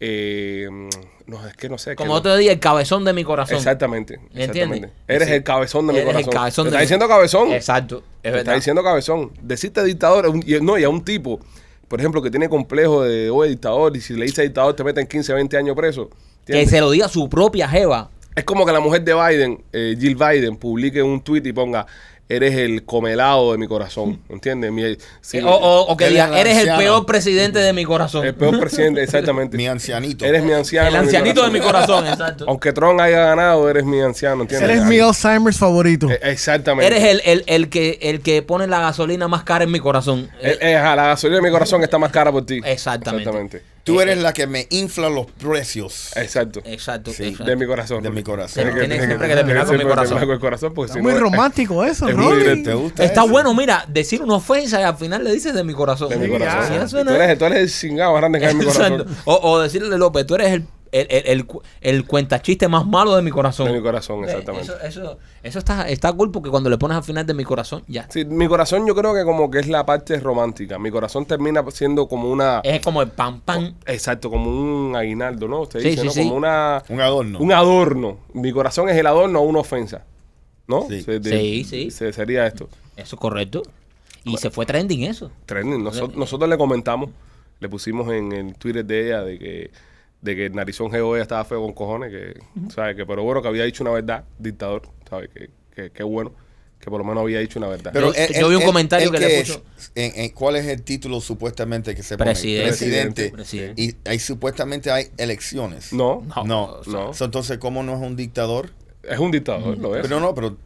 Speaker 1: eh, no, es que no sé.
Speaker 3: Como
Speaker 1: que no-
Speaker 3: otro día, el cabezón de mi corazón.
Speaker 1: Exactamente.
Speaker 3: ¿Me
Speaker 1: exactamente.
Speaker 3: entiendes?
Speaker 1: Eres
Speaker 3: Sí.
Speaker 1: el cabezón de mi
Speaker 3: Eres el
Speaker 1: corazón.
Speaker 3: cabezón
Speaker 1: Te
Speaker 3: de
Speaker 1: está
Speaker 3: mi-
Speaker 1: diciendo cabezón.
Speaker 3: Exacto.
Speaker 1: Te
Speaker 3: Es
Speaker 1: está
Speaker 3: verdad.
Speaker 1: diciendo cabezón. Decirte dictador, a un- y- no, y a un tipo, por ejemplo, que tiene complejo de, oye, dictador, y si le dices dictador te meten 15, 20 años preso.
Speaker 3: que
Speaker 1: ¿Entiendes?
Speaker 3: se lo diga su propia jeva.
Speaker 1: Es como que la mujer de Biden, eh, Jill Biden, publique un tweet y ponga, eres el comelado de mi
Speaker 3: *laughs*
Speaker 1: corazón. ¿Entiendes? Mi- sí,
Speaker 3: Eh, o, o- o que
Speaker 6: Él es
Speaker 3: diga,
Speaker 6: el
Speaker 3: eres el
Speaker 6: anciano.
Speaker 3: peor presidente de mi corazón.
Speaker 1: el peor presidente, exactamente.
Speaker 6: *laughs* Mi ancianito.
Speaker 1: Eres mi anciano.
Speaker 3: el
Speaker 1: de mi
Speaker 3: ancianito de
Speaker 1: corazón.
Speaker 3: mi corazón, exacto.
Speaker 1: Aunque Tron haya ganado, eres mi anciano, ¿entiendes?
Speaker 4: Eres mi Alzheimer's favorito.
Speaker 1: Eh, Exactamente.
Speaker 3: Eres el, el, el que, el que pone la gasolina más cara en mi corazón.
Speaker 1: Eh, eh, ajá, la gasolina de mi Em, corazón está más cara por ti.
Speaker 3: Exactamente.
Speaker 6: Tú eres la que me infla los precios
Speaker 1: Exacto.
Speaker 3: Exacto.
Speaker 6: Sí.
Speaker 3: exacto.
Speaker 1: de mi corazón.
Speaker 6: de mi
Speaker 1: Rolly.
Speaker 6: corazón.
Speaker 1: Tienes
Speaker 3: Tienes
Speaker 1: tienes
Speaker 3: siempre que terminar con mi
Speaker 1: siempre
Speaker 3: corazón.
Speaker 1: terminar con el corazón, porque
Speaker 4: Está
Speaker 1: si
Speaker 4: muy
Speaker 1: no, eh, es-
Speaker 4: romántico eso,
Speaker 1: es
Speaker 4: ¿no?
Speaker 1: muy
Speaker 6: Mire,
Speaker 1: directo.
Speaker 6: ¿Te gusta
Speaker 3: Está
Speaker 6: eso?
Speaker 3: bueno, mira, decir una ofensa y al final le dices de mi corazón.
Speaker 1: De mi
Speaker 4: Sí,
Speaker 1: corazón.
Speaker 4: ya.
Speaker 1: Y
Speaker 3: Eso suena-
Speaker 1: Tú eres, tú eres el cingado grande que hay en mi
Speaker 3: *laughs* Exacto.
Speaker 1: corazón.
Speaker 3: O, o decirle, López, tú eres el, el, el, el, cu- el cuentachiste más malo de mi corazón.
Speaker 1: De mi corazón,
Speaker 3: Eh,
Speaker 1: exactamente.
Speaker 3: Eso, eso, eso está, está cool porque cuando le pones al final de mi corazón, ya.
Speaker 1: Sí, mi corazón yo creo que como que es la parte romántica. Mi corazón termina siendo como una...
Speaker 3: Es como el pan pan.
Speaker 1: Exacto, como un aguinaldo, ¿no? Usted
Speaker 3: Sí,
Speaker 1: dice,
Speaker 3: sí,
Speaker 1: ¿no?
Speaker 3: sí.
Speaker 1: Como una,
Speaker 6: Un adorno.
Speaker 1: un adorno. Mi corazón es el adorno a una ofensa. ¿No?
Speaker 6: Sí.
Speaker 1: Se- de-
Speaker 3: Sí, sí.
Speaker 1: se- sería esto.
Speaker 3: Eso es correcto. Y se fue trending eso.
Speaker 1: Trending. Noso- nosotros le comentamos, le pusimos en el Twitter de ella de que, de que el narizón GO ella estaba feo con cojones, que, ¿sabes? Que, pero bueno, que había dicho una verdad, dictador, ¿sabes? Que, que, que bueno, que por lo menos había dicho una verdad.
Speaker 3: Yo- yo vi un comentario que le
Speaker 6: ¿qué
Speaker 3: puso-
Speaker 6: es? En- en- ¿Cuál es el título supuestamente que se pone?
Speaker 3: Presidente.
Speaker 6: Presidente.
Speaker 3: Presidente.
Speaker 6: Y hay, supuestamente hay elecciones.
Speaker 1: no,
Speaker 3: No.
Speaker 6: No.
Speaker 1: No. Pues
Speaker 6: So, entonces, ¿cómo no es un dictador?
Speaker 1: es un dictador, lo es.
Speaker 6: Pero no, pero,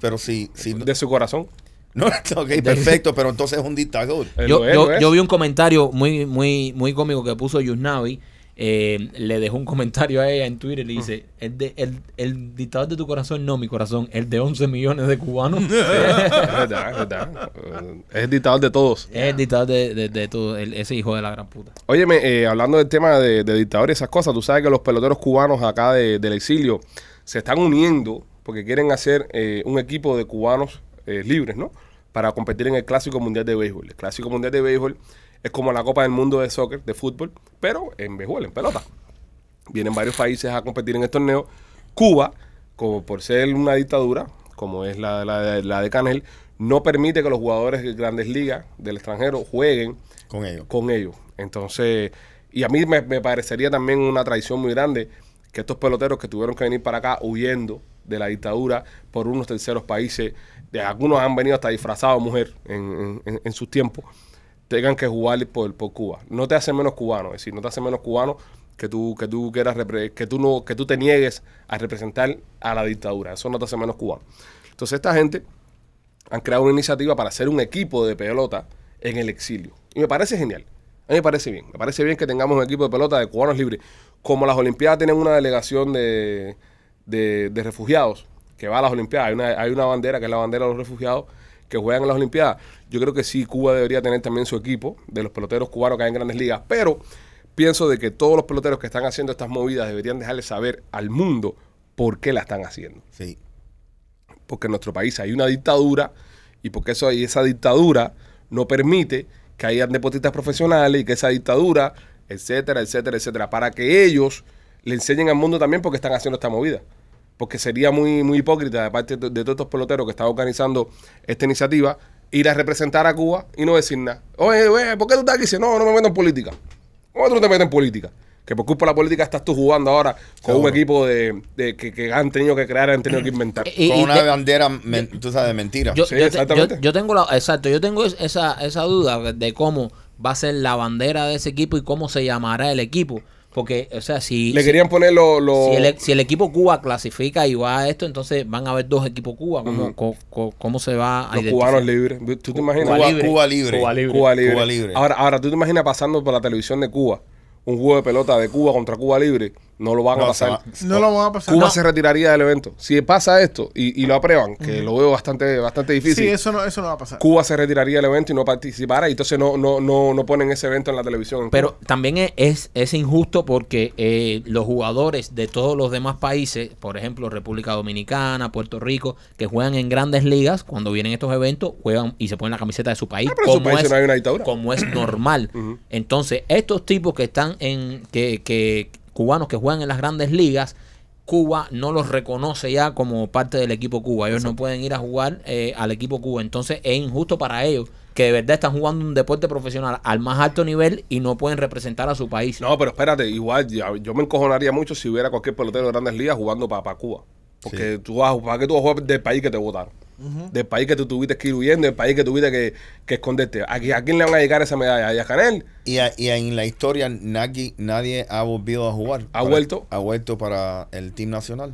Speaker 6: pero sí. sí
Speaker 1: de su
Speaker 6: *laughs*
Speaker 1: corazón.
Speaker 6: no,
Speaker 3: *laughs*
Speaker 6: ok, perfecto, pero entonces es un dictador.
Speaker 1: Eh,
Speaker 3: yo,
Speaker 1: lo es,
Speaker 3: yo-
Speaker 1: lo es.
Speaker 3: yo vi un comentario muy, muy, muy cómico que puso Yusnavi. eh, le dejó un comentario a ella en Twitter y le dice:
Speaker 1: Ah.
Speaker 3: el, de, el, el dictador de tu corazón, no mi corazón, el de 11 millones
Speaker 1: *laughs*
Speaker 3: de cubanos.
Speaker 1: es verdad, es verdad. Eh, Es el dictador de todos.
Speaker 3: Es el dictador de, de, de todo, el- ese hijo de la gran puta.
Speaker 1: Óyeme, eh, hablando del tema de, de dictadores y esas cosas, tú sabes que los peloteros cubanos acá de- del exilio se están uniendo porque quieren hacer eh, un equipo de cubanos eh, libres, ¿no? Para competir en el Clásico Mundial de Béisbol. El Clásico Mundial de Béisbol es como la Copa del Mundo de Soccer, de fútbol, pero en béisbol, en pelota. Vienen varios países a competir en el torneo. Cuba, como por ser una dictadura, como es la, la- la de Canel, no permite que los jugadores de grandes ligas del extranjero jueguen
Speaker 6: Con ellos.
Speaker 1: con ellos. Entonces, y a mí me, me parecería también una traición muy grande que estos peloteros que tuvieron que venir para acá huyendo de la dictadura por unos terceros países, de algunos han venido hasta disfrazados de mujer en, en- en sus tiempos, tengan que jugar por, por Cuba. No te hace menos cubano, es decir, no te hace menos cubano que tú, que tú quieras repre- que tú no, que tú te niegues a representar a la dictadura. Eso no te hace menos cubano. Entonces esta gente han creado una iniciativa para hacer un equipo de pelota en el exilio. Y me parece genial. A mí me parece bien. Me parece bien que tengamos un equipo de pelota de cubanos libres. Como las Olimpiadas tienen una delegación de, de- de refugiados que va a las Olimpiadas. Hay una, hay una bandera que es la bandera de los refugiados que juegan en las Olimpiadas. Yo creo que sí, Cuba debería tener también su equipo de los peloteros cubanos que hay en grandes ligas. Pero pienso de que todos los peloteros que están haciendo estas movidas deberían dejarle saber al mundo por qué la están haciendo
Speaker 6: Sí.
Speaker 1: porque en nuestro país hay una dictadura y porque eso y esa dictadura no permite que haya deportistas profesionales y que esa dictadura, etcétera, etcétera, etcétera, para que ellos le enseñen al mundo también porque están haciendo esta movida. Porque sería muy, muy hipócrita de parte de, de todos estos peloteros que están organizando esta iniciativa ir a representar a Cuba y no decir nada. Oye, oye, ¿por qué tú estás aquí? Dice, no, no me meto en política. ¿Cómo tú no te metes en política? Que por culpa de la política estás tú jugando ahora con un
Speaker 6: Seguro.
Speaker 1: equipo de, de- que, que han tenido que crear, han tenido que inventar.
Speaker 3: Y-
Speaker 6: con
Speaker 3: y
Speaker 6: una
Speaker 3: te-
Speaker 6: bandera, men- tú sabes, de mentira.
Speaker 3: Yo,
Speaker 1: Sí,
Speaker 3: yo te-
Speaker 1: exactamente.
Speaker 3: yo- yo tengo la, exacto, yo tengo es- esa, esa duda de cómo va a ser la bandera de ese equipo y cómo se llamará el equipo. Porque, o sea, si,
Speaker 1: Le
Speaker 3: si-
Speaker 1: querían poner los... Lo,
Speaker 3: si, el, e, si el equipo Cuba clasifica y va a esto, entonces van a haber dos equipos Cuba. ¿Cómo, co- co- cómo se va a
Speaker 1: Los
Speaker 3: identificar?
Speaker 1: cubanos libres. ¿Tú te imaginas?
Speaker 6: Cuba, libre. Cuba libre.
Speaker 7: Cuba libre.
Speaker 1: Cuba libre.
Speaker 6: Cuba libre.
Speaker 1: Ahora, ahora, ¿tú te imaginas pasando por la televisión de Cuba un juego de pelota de Cuba contra Cuba libre? No lo van a
Speaker 6: No, se
Speaker 1: pasar.
Speaker 6: va-
Speaker 4: No lo van a pasar.
Speaker 1: Cuba
Speaker 4: No.
Speaker 1: se retiraría del evento. Si pasa esto y, y lo aprueban, que lo veo bastante, bastante difícil,
Speaker 4: Sí, eso no, eso no va a pasar.
Speaker 1: Cuba se retiraría del evento y no participara. Y entonces no, no, no, no ponen ese evento en la televisión. en
Speaker 3: Pero
Speaker 1: Cuba.
Speaker 3: también es, es, es injusto porque eh, los jugadores de todos los demás países, por ejemplo República Dominicana, Puerto Rico, que juegan en grandes ligas, cuando vienen estos eventos, juegan y se ponen la camiseta de su país.
Speaker 1: Ah, pero en su país
Speaker 3: es,
Speaker 1: no hay una dictadura. *clears throat*
Speaker 3: como es normal. Entonces, estos tipos que están en, que, que cubanos que juegan en las grandes ligas, Cuba no los reconoce ya como parte del equipo Cuba. Ellos no pueden ir a jugar eh, al equipo Cuba. Entonces es injusto para ellos que de verdad están jugando un deporte profesional al más alto nivel y no pueden representar a su país.
Speaker 1: No, pero espérate, igual ya- yo me encojonaría mucho si hubiera cualquier pelotero de grandes ligas jugando para Cuba. Porque tú vas, ¿para qué tú vas a jugar del país que te votaron? Del país que tú tuviste que ir huyendo, del país que tuviste que, que esconderte. ¿A, qui- a quién le van a llegar esa medalla? ¿A Yacanel?
Speaker 6: Y, a- y en la historia nadie, nadie ha volvido a jugar.
Speaker 1: ¿Ha vuelto?
Speaker 6: Ha vuelto para el Team Nacional.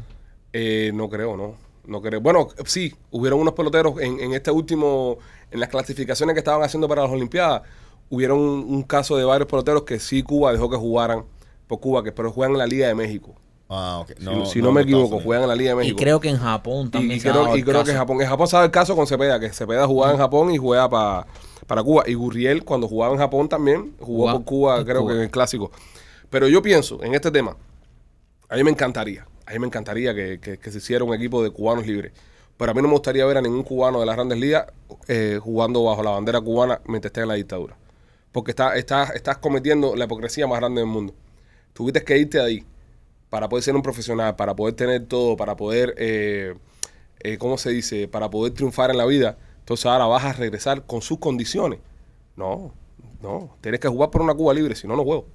Speaker 1: Eh, no creo, no. No creo. Bueno, sí, hubieron unos peloteros en, en este último, en las clasificaciones que estaban haciendo para las Olimpiadas. hubieron un, un caso de varios peloteros que sí Cuba dejó que jugaran por Cuba, que pero juegan en la Liga de México.
Speaker 6: Ah, ok.
Speaker 1: Si- si no, me
Speaker 6: Estados
Speaker 1: equivoco,
Speaker 6: Unidos.
Speaker 1: juegan en la Liga de
Speaker 3: Y
Speaker 1: México.
Speaker 3: creo que en Japón
Speaker 1: Y-
Speaker 3: también
Speaker 1: y
Speaker 3: se ha
Speaker 1: creo,
Speaker 3: dado
Speaker 1: y
Speaker 3: el
Speaker 1: creo que
Speaker 3: caso.
Speaker 1: Japón, en Japón sabe el caso con Cepeda, que Cepeda jugaba en Japón y jugaba pa- para Cuba. Y Gurriel, cuando jugaba en Japón también, jugó
Speaker 3: Jugaba
Speaker 1: por Cuba,
Speaker 3: en
Speaker 1: creo
Speaker 3: Cuba.
Speaker 1: que en el clásico. Pero yo pienso en este tema, a mí me encantaría, a mí me encantaría que, que- que se hiciera un equipo de cubanos libres. Pero a mí no me gustaría ver a ningún cubano de las grandes ligas eh, jugando bajo la bandera cubana mientras esté en la dictadura. Porque está, está, estás cometiendo la hipocresía más grande del mundo. Tuviste que irte de ahí para poder ser un profesional, para poder tener todo, para poder, eh, eh, ¿cómo se dice? Para poder triunfar en la vida. Entonces ahora vas a regresar con sus condiciones. No, no. Tienes que jugar por una Cuba libre, si no, no juego.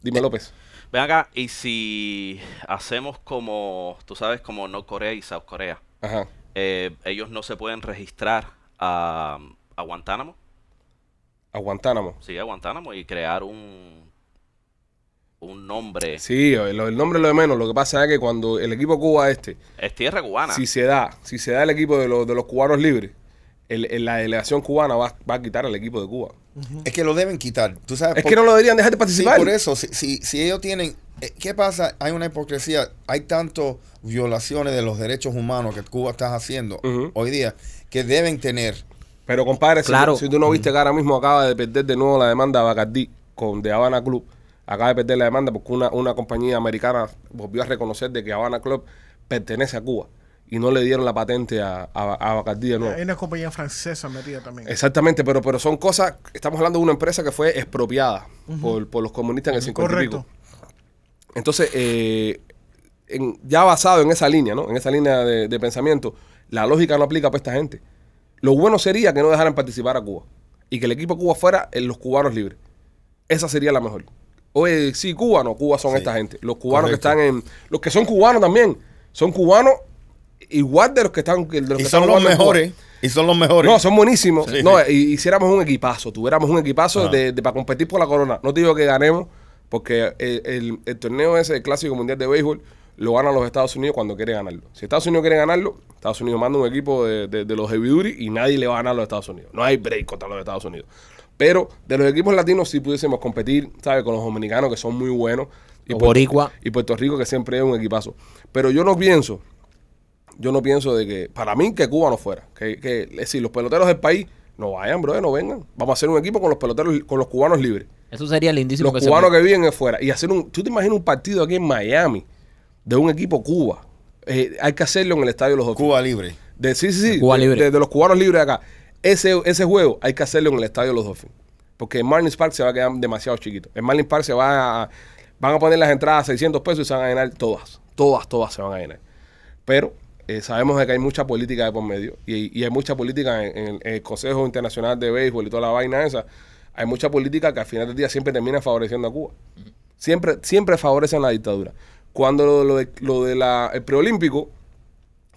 Speaker 1: Dime, López.
Speaker 5: Ven acá, y si hacemos como, tú sabes, como North Corea y South Corea,
Speaker 1: Ajá.
Speaker 5: eh, ellos no se pueden registrar a, a Guantánamo,
Speaker 1: A Guantánamo.
Speaker 5: sí, a Guantánamo, y crear un, un nombre.
Speaker 1: Sí, eh, lo- el nombre es lo de menos. Lo que pasa es que cuando el equipo Cuba este,
Speaker 5: Es tierra cubana.
Speaker 1: si se da, si se da el equipo de, los- de los cubanos libres, el- el- la delegación cubana va, va a quitar al equipo de Cuba.
Speaker 6: Es que lo deben quitar. ¿Tú sabes
Speaker 1: Es
Speaker 6: Ah, por
Speaker 1: que no lo deberían dejar de
Speaker 6: Sí,
Speaker 1: participar.
Speaker 6: por eso, si, si, si ellos tienen... eh, ¿Qué pasa? Hay una hipocresía. Hay tantas violaciones de los derechos humanos que Cuba está haciendo
Speaker 1: Ujú.
Speaker 6: hoy día que deben tener.
Speaker 1: Pero compadre, si-
Speaker 3: Claro.
Speaker 1: si, tú no viste que ahora mismo acaba de perder de nuevo la demanda de Bacardí con de Habana Club, acaba de perder la demanda porque una, una compañía americana volvió a reconocer de que Habana Club pertenece a Cuba y no le dieron la patente a, a, a Bacardí de nuevo.
Speaker 4: Hay una compañía francesa metida también.
Speaker 1: Exactamente, pero, pero son cosas, estamos hablando de una empresa que fue expropiada por, por los comunistas en el 50 y pico.
Speaker 4: Correcto.
Speaker 1: Entonces, eh, en- ya basado en esa línea, ¿no? En esa línea de, de pensamiento, la lógica no aplica para esta gente. Lo bueno sería que no dejaran participar a Cuba y que el equipo de Cuba fuera en los cubanos libres. Esa sería la mejor. Oye, sí, Cuba no, Cuba son
Speaker 6: Sí.
Speaker 1: esta gente. Los cubanos
Speaker 6: Correcto.
Speaker 1: que están en. Los que son cubanos también. Son cubanos igual de los que están. de los que
Speaker 6: Y
Speaker 1: están
Speaker 6: son los
Speaker 1: jugando en Cuba. ¿eh?
Speaker 6: mejores. Y son los mejores.
Speaker 1: No, son buenísimos.
Speaker 6: Sí.
Speaker 1: No, y- hiciéramos un equipazo, tuviéramos un equipazo
Speaker 6: Ajá.
Speaker 1: de, para competir por la corona. No te digo que ganemos, porque el, el- el torneo ese, el Clásico Mundial de Béisbol, lo ganan los Estados Unidos cuando quiere ganarlo. Si Estados Unidos quiere ganarlo, Estados Unidos manda un equipo de, de- de los heavy duty y nadie le va a ganar a los Estados Unidos. No hay break contra los Estados Unidos. Pero de los equipos latinos sí pudiésemos competir, ¿sabes? Con los dominicanos que son muy buenos.
Speaker 3: Los
Speaker 1: Puerto-
Speaker 3: boricua.
Speaker 1: Y Puerto Rico que siempre es un equipazo. Pero yo no pienso yo no pienso de que, para mí, que Cuba no fuera. Que, que, es decir, los peloteros del país no vayan, brother, no vengan. Vamos a hacer un equipo con los peloteros, con los cubanos libres.
Speaker 3: Eso sería lindísimo
Speaker 1: los
Speaker 3: que se-
Speaker 1: cubanos que viven afuera. Y hacer un, tú te imaginas un partido aquí en Miami de un equipo Cuba. Eh, hay que hacerlo en el estadio de los Dolphins.
Speaker 6: Cuba libre.
Speaker 1: De, sí, sí, sí.
Speaker 3: De Cuba
Speaker 1: de-
Speaker 3: libre.
Speaker 1: De, de los cubanos libres de acá. Ese, ese juego hay que hacerlo en el estadio de los Dolphins. Porque en Marlins Park se va a quedar demasiado chiquito. En Marlins Park se va a, van a poner las entradas a 600 pesos y se van a llenar todas. Todas, todas se van a llenar. Pero eh, sabemos de que hay mucha política de por medio y, y hay mucha política en, en el- en el Consejo Internacional de Béisbol y toda la vaina esa. Hay mucha política que al final del día siempre termina favoreciendo a Cuba. Siempre, siempre favorecen la dictadura. Cuando lo, lo de, lo de la, el preolímpico,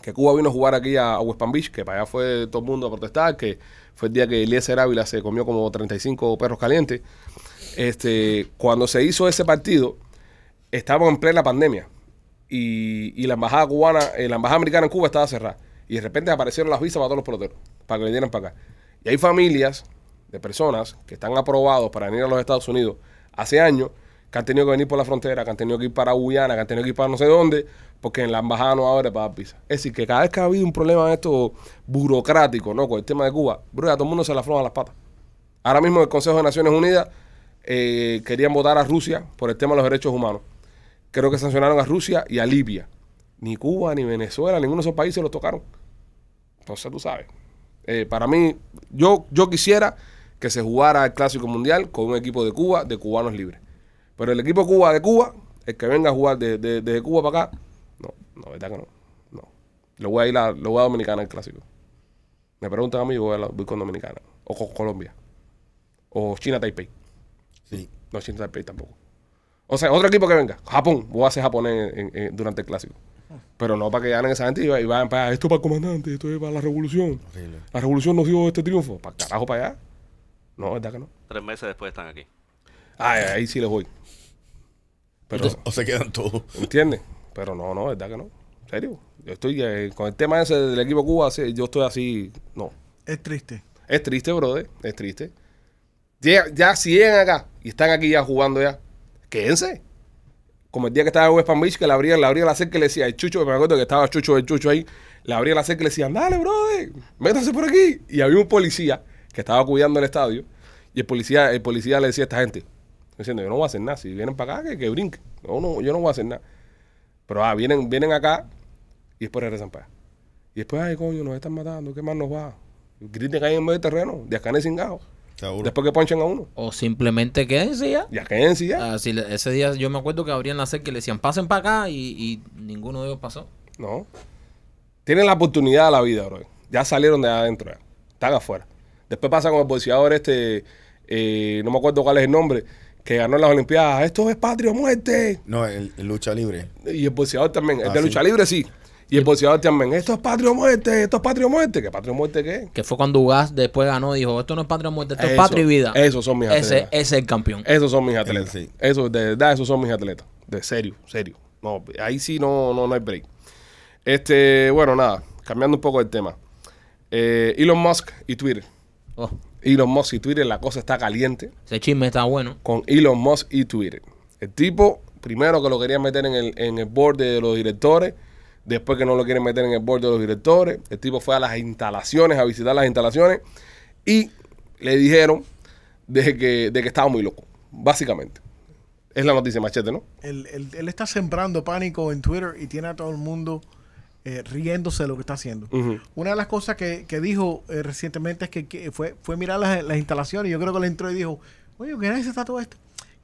Speaker 1: que Cuba vino a jugar aquí a, a West Palm Beach, que para allá fue todo el mundo a protestar, que fue el día que Eliezer Ávila se comió como 35 perros calientes. Este, cuando se hizo ese partido, estábamos en plena pandemia y, y la embajada cubana, eh, la embajada americana en Cuba estaba cerrada. Y de repente aparecieron las visas para todos los peloteros, para que vinieran para acá. Y hay familias de personas que están aprobados para venir a los Estados Unidos hace años, que han tenido que venir por la frontera, que han tenido que ir para Guyana, que han tenido que ir para no sé dónde, porque en la embajada no abre para dar visa. Es decir, que cada vez que ha habido un problema de esto burocrático, ¿no? Con el tema de Cuba, bro, a todo el mundo se le aflojan las patas. Ahora mismo el Consejo de Naciones Unidas eh, querían votar a Rusia por el tema de los derechos humanos. Creo que sancionaron a Rusia y a Libia. Ni Cuba, ni Venezuela, ninguno de esos países los tocaron. Entonces tú sabes. Eh, para mí, yo, yo quisiera que se jugara el Clásico Mundial con un equipo de Cuba, de cubanos libres. Pero el equipo Cuba de Cuba, el que venga a jugar de- de- desde Cuba para acá, no, no, verdad que no. No. Lo voy a ir a, lo voy a Dominicana el Clásico. Me preguntan a mí, yo voy, a la- voy con Dominicana. O con Colombia. O China Taipei.
Speaker 6: Sí.
Speaker 1: No, China Taipei tampoco. O sea, otro equipo que venga. Japón. Voy a hacer japonés en- en- durante el clásico. Pero no para que ganen esa gente y va- y vayan para allá. Esto es para el comandante, esto es para la revolución.
Speaker 6: Horrible.
Speaker 1: La revolución nos dio este triunfo. Para carajo para allá. No, ¿verdad que no?
Speaker 5: Tres meses después están aquí.
Speaker 1: Ay, ahí sí les voy. Pero,
Speaker 6: O se quedan todos.
Speaker 1: ¿entiendes? Pero no, no, ¿verdad que no? ¿En serio? Yo estoy eh, con el tema ese del equipo Cuba, sí, yo estoy así. No.
Speaker 4: Es triste.
Speaker 1: Es triste, brother. Es triste. Tie- Llega- ya si llegan acá y están aquí ya jugando ya, quédense. Como el día que estaba en West Palm Beach, que le abría, le abría la cerca y le decía, el Chucho, me acuerdo que estaba Chucho, el Chucho ahí, le abría la cerca y le decía, dale, brother, métanse por aquí. Y había un policía que estaba cuidando el estadio y el policía, el policía le decía a esta gente, diciendo, yo no voy a hacer nada, si vienen para acá, que, que brinquen. No, no, yo no voy a hacer nada. Pero ah, vienen, vienen acá y después regresan para allá. Y después, ay, coño, nos están matando, ¿qué más nos va? Griten ahí en medio del terreno, de acá en el cingado.
Speaker 6: Seguro.
Speaker 1: Después que ponchen a uno.
Speaker 3: O simplemente quédense ya.
Speaker 1: Ya quédense ya.
Speaker 3: Ah, si le- ese día yo me acuerdo que abrían la cerca y le decían pasen para acá y, y ninguno de ellos pasó.
Speaker 1: No. Tienen la oportunidad de la vida, bro. Ya salieron de adentro. ya. Están afuera. Después pasa con el boxeador este, eh, no me acuerdo cuál es el nombre, que ganó en las Olimpiadas. Esto es patria o muerte.
Speaker 6: No, el, el lucha libre.
Speaker 1: Y el boxeador también. El
Speaker 6: Ah,
Speaker 1: de
Speaker 6: sí.
Speaker 1: lucha libre sí. Y el boxeador también. Esto es patria o muerte. Esto es patria o muerte. ¿Qué patria o muerte qué es?
Speaker 3: Que fue cuando Ugas después ganó, dijo, esto no es patria o muerte, esto
Speaker 1: Eso,
Speaker 3: es patria y vida.
Speaker 1: esos son mis Eh.
Speaker 3: ese,
Speaker 1: atletas.
Speaker 3: ese es el campeón.
Speaker 1: Esos son mis atletas.
Speaker 6: sí.
Speaker 1: Eso, de verdad, esos son mis atletas. De serio, serio. No, ahí sí no, no, no hay break. Este, bueno, nada, cambiando un poco el tema. Eh, Elon Musk y Twitter.
Speaker 3: Oh,
Speaker 1: Elon Musk y Twitter, la cosa está caliente
Speaker 3: ese chisme está bueno.
Speaker 1: con Elon Musk y Twitter. El tipo, primero que lo querían meter en el, en el board de los directores, después que no lo quieren meter en el board de los directores, el tipo fue a las instalaciones, a visitar las instalaciones, y le dijeron de que, de que estaba muy loco, básicamente. Es la noticia machete, ¿no?
Speaker 4: Él, él- él está sembrando pánico en Twitter y tiene a todo el mundo eh, riéndose de lo que está haciendo.
Speaker 1: Ujú.
Speaker 4: Una de las cosas que, que dijo eh, recientemente es que, que fue, fue mirar las, las instalaciones. Yo creo que le entró y dijo, oye, ¿qué nice está todo esto?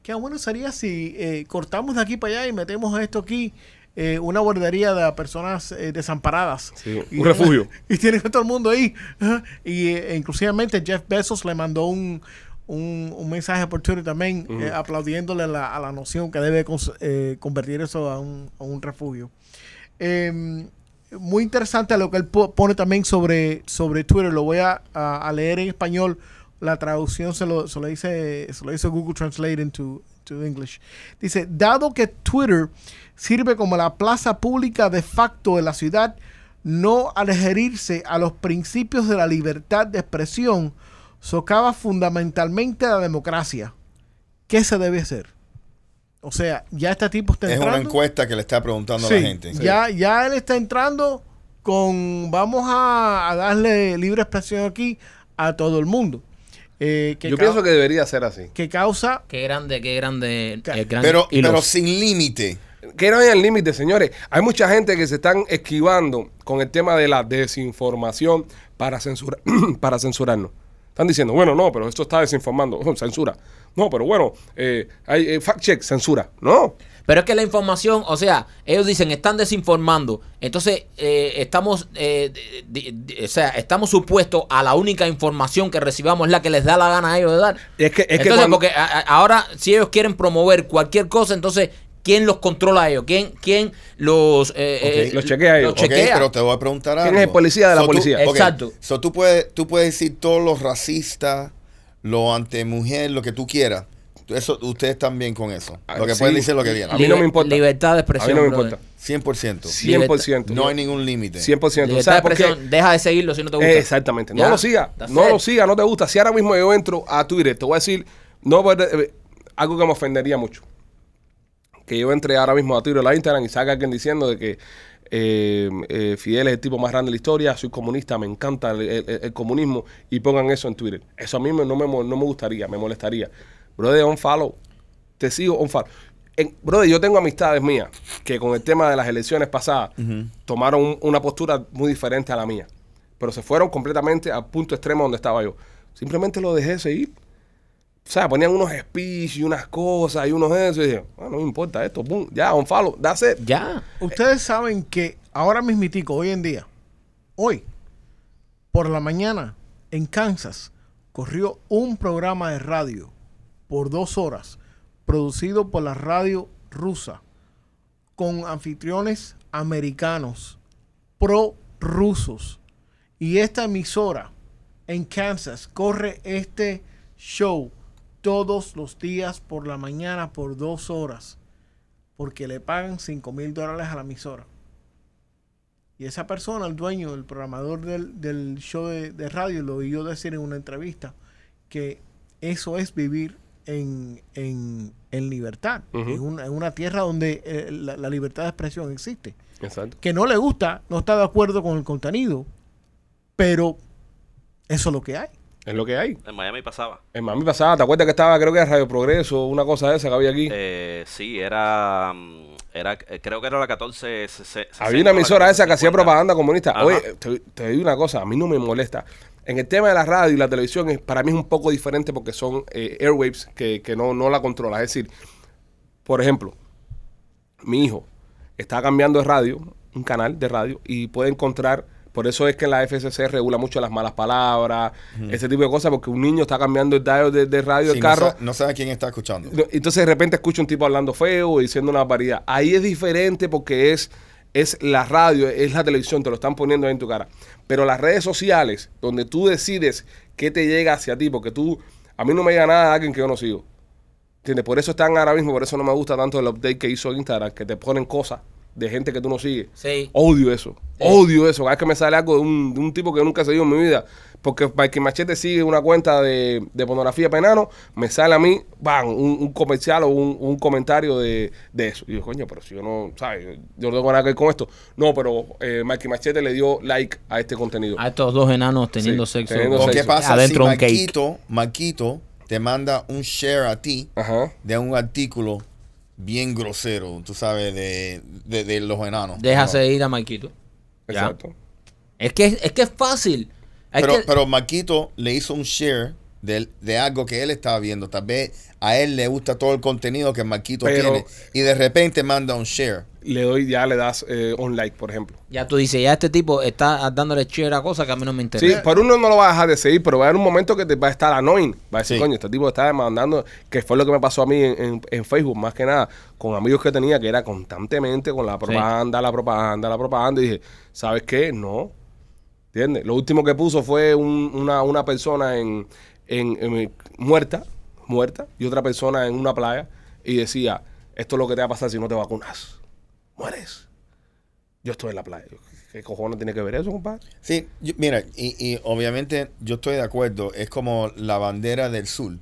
Speaker 4: Qué bueno sería si eh, cortamos de aquí para allá y metemos esto aquí, eh, una guardería de personas eh, desamparadas.
Speaker 1: Sí,
Speaker 4: Y-
Speaker 1: un refugio.
Speaker 4: *laughs* Y tiene a todo el mundo ahí. Ajá. Y eh, inclusivamente Jeff Bezos le mandó un, un, un mensaje por Twitter también eh, aplaudiéndole la- a la noción que debe cons- eh, convertir eso a un, a un refugio. Eh, muy interesante lo que él po- pone también sobre, sobre Twitter. Lo voy a, a- a leer en español. La traducción se lo, se lo dice, se lo hizo Google Translate into, to English. Dice, dado que Twitter sirve como la plaza pública de facto de la ciudad, no adherirse a los principios de la libertad de expresión socava fundamentalmente la democracia. ¿Qué se debe hacer? O sea, ya este tipo está
Speaker 6: Es una
Speaker 4: entrando.
Speaker 6: encuesta que le está preguntando a
Speaker 4: Sí,
Speaker 6: la gente.
Speaker 4: Ya, ya él está entrando con vamos a, a darle libre expresión aquí a todo el mundo. Eh, que
Speaker 1: Yo
Speaker 4: cau-
Speaker 1: pienso que debería ser así.
Speaker 4: que causa
Speaker 3: Qué grande, qué grande.
Speaker 4: Ca-
Speaker 3: el gran
Speaker 6: Pero,
Speaker 3: Elon.
Speaker 6: pero sin límite.
Speaker 1: Que no haya límite, señores. Hay mucha gente que se están esquivando con el tema de la desinformación para, censura, *clears throat* para censurarnos. Están diciendo, bueno, no, pero esto está desinformando. *laughs* Ujú, censura. No, pero bueno, eh, hay eh, fact check, censura. No.
Speaker 3: Pero es que la información, o sea, ellos dicen están desinformando. Entonces, eh, estamos, eh, di- di- o sea, estamos supuestos a la única información que recibamos, la que les da la gana a ellos de dar.
Speaker 1: Es que- es que
Speaker 3: entonces,
Speaker 1: cuando-
Speaker 3: porque a- a- ahora, si ellos quieren promover cualquier cosa, entonces, ¿quién los controla a ellos? ¿Quién, quién los, eh,
Speaker 1: Ok, los chequea a ellos.
Speaker 3: los
Speaker 6: Ok,
Speaker 3: chequea?
Speaker 6: pero te voy a preguntar algo.
Speaker 1: ¿Quién es el policía de la
Speaker 6: tú-
Speaker 1: policía?
Speaker 6: ok,
Speaker 3: Exacto.
Speaker 6: So, tú, puedes, tú puedes decir todos los racistas, los antimujer, lo que tú quieras. Eso, ustedes están bien con eso.
Speaker 1: Ah,
Speaker 6: Lo que
Speaker 1: sí.
Speaker 6: pueden decir lo que quieran.
Speaker 1: A mí no me
Speaker 3: Liber-
Speaker 1: importa.
Speaker 3: Libertad de
Speaker 1: A mí
Speaker 3: expresión.
Speaker 1: no me
Speaker 3: brother.
Speaker 1: importa.
Speaker 6: 100%.
Speaker 3: Sí,
Speaker 1: 100%.
Speaker 6: No hay ningún límite.
Speaker 1: 100%.
Speaker 3: Libertad
Speaker 1: ¿Sabes
Speaker 3: de
Speaker 1: por qué?
Speaker 3: expresión. Deja de seguirlo si no te gusta.
Speaker 1: Exactamente. No
Speaker 3: Ya,
Speaker 1: lo siga.
Speaker 3: that's
Speaker 1: No
Speaker 3: it.
Speaker 1: lo siga, no te gusta. Si ahora mismo yo entro a Twitter, te voy a decir no pero, eh, algo que me ofendería mucho. Que yo entre ahora mismo a Twitter o a Instagram y salga alguien diciendo de que eh, eh, Fidel es el tipo más grande de la historia, soy comunista, me encanta el, el- el comunismo y pongan eso en Twitter. Eso a mí me- no, me, mo- no me gustaría, me molestaría. Brother, un follow. Te sigo, un follow. En- brother, yo tengo amistades mías que con el tema de las elecciones pasadas tomaron un- una postura muy diferente a la mía pero se fueron completamente al punto extremo donde estaba yo. Simplemente lo dejé seguir. O sea, ponían unos speech y unas cosas y unos eso. Y dije, "Ah, no me importa esto, boom, ya, un follow, that's it.
Speaker 3: Ya.
Speaker 4: Ustedes saben que ahora mismitico, hoy en día, hoy, por la mañana, en Kansas, corrió un programa de radio por dos horas, producido por la radio rusa, con anfitriones americanos, pro-rusos. Y esta emisora en Kansas corre este show todos los días por la mañana por dos horas porque le pagan 5 mil dólares a la emisora. Y esa persona, el dueño, el programador del, del show de, de radio, lo oyó decir en una entrevista que eso es vivir en, en, en libertad,
Speaker 1: Ujú.
Speaker 4: en, una, en una tierra donde eh, la, la libertad de expresión existe.
Speaker 1: Exacto.
Speaker 4: Que no le gusta, no está de acuerdo con el contenido, pero eso es lo que hay.
Speaker 1: Es lo que hay.
Speaker 5: En Miami pasaba.
Speaker 1: En Miami pasada, ¿te acuerdas que estaba, creo que era Radio Progreso, una cosa de esa que había aquí?
Speaker 5: Eh, sí, era, mm, era, eh, creo que era la 14. se- se-
Speaker 1: había una
Speaker 5: 60,
Speaker 1: emisora
Speaker 5: la
Speaker 1: esa que hacía
Speaker 5: 14,
Speaker 1: propaganda comunista.
Speaker 5: Ajá.
Speaker 1: Oye, te, te digo una cosa, a mí no me molesta. En el tema de la radio y la televisión, es- para mí es un poco diferente porque son eh, airwaves que, que no, no la controlas. Es decir, por ejemplo, mi hijo está cambiando de radio, un canal de radio, y puede encontrar, por eso es que la FCC regula mucho las malas palabras, ese tipo de cosas, porque un niño está cambiando el dial de, de radio,
Speaker 6: Sí,
Speaker 1: el
Speaker 6: no
Speaker 1: carro,
Speaker 6: sa- No sabe quién está escuchando.
Speaker 1: no, Entonces de repente escucho un tipo hablando feo, diciendo una variedad. Ahí es diferente porque es, es la radio, es la televisión, te lo están poniendo ahí en tu cara. Pero las redes sociales, donde tú decides qué te llega hacia ti, porque tú, a mí no me llega nada de alguien que yo no sigo. ¿Entiendes? Por eso están ahora mismo, por eso no me gusta tanto el update que hizo Instagram, que te ponen cosas de gente que tú no sigues.
Speaker 3: Sí.
Speaker 1: Odio eso. Odio eso. Cada vez que me sale algo de un, de un tipo que nunca he seguido en mi vida. Porque Mike Machete sigue una cuenta de, de pornografía penano, me sale a mí, bam, un, un comercial o un, un comentario de, de eso. Y yo, coño, pero si yo no, ¿sabes? Yo no tengo nada que ver con esto. No, pero eh, Mikey Machete le dio like a este contenido.
Speaker 3: A estos dos enanos teniendo
Speaker 1: Sí,
Speaker 3: sexo.
Speaker 1: teniendo
Speaker 6: ¿O
Speaker 1: sexo.
Speaker 6: qué pasa
Speaker 7: Adentro
Speaker 6: si
Speaker 7: un cake.
Speaker 6: Marquito, Marquito te manda un share a ti
Speaker 1: Ajá.
Speaker 6: de un artículo bien grosero, tú sabes, de, de, de los enanos?
Speaker 3: Déjase ir a Marquito. Ya.
Speaker 1: Exacto.
Speaker 3: Es que es, que es fácil. Hay
Speaker 6: Pero,
Speaker 3: que-
Speaker 6: pero Marquito le hizo un share de, de algo que él estaba viendo. Tal vez a él le gusta todo el contenido que Marquito
Speaker 1: Pero-
Speaker 6: tiene. Y de repente manda un share.
Speaker 1: Le doy, ya le das eh, un like, por ejemplo.
Speaker 3: Ya tú dices, ya este tipo está dándole chévere a cosas que a mí no me
Speaker 1: Sí,
Speaker 3: interesa.
Speaker 1: por uno no lo vas a dejar de seguir, pero va a haber un momento que te va a estar annoying. Va a decir,
Speaker 6: Sí.
Speaker 1: coño, este tipo está demandando, que fue lo que me pasó a mí en, en- en Facebook, más que nada, con amigos que tenía, que era constantemente con la propaganda, la propaganda, la propaganda. Y dije, ¿sabes qué? No. ¿Entiendes? Lo último que puso fue un- una, una persona en, en- en- muerta, muerta, y otra persona en una playa, y decía, esto es lo que te va a pasar si no te vacunas. Mueres. Yo estoy en la playa. Yo, ¿Qué cojones tiene que ver eso, compadre?
Speaker 6: Sí, yo- mira, y, y obviamente yo estoy de acuerdo. Es como la bandera del sur.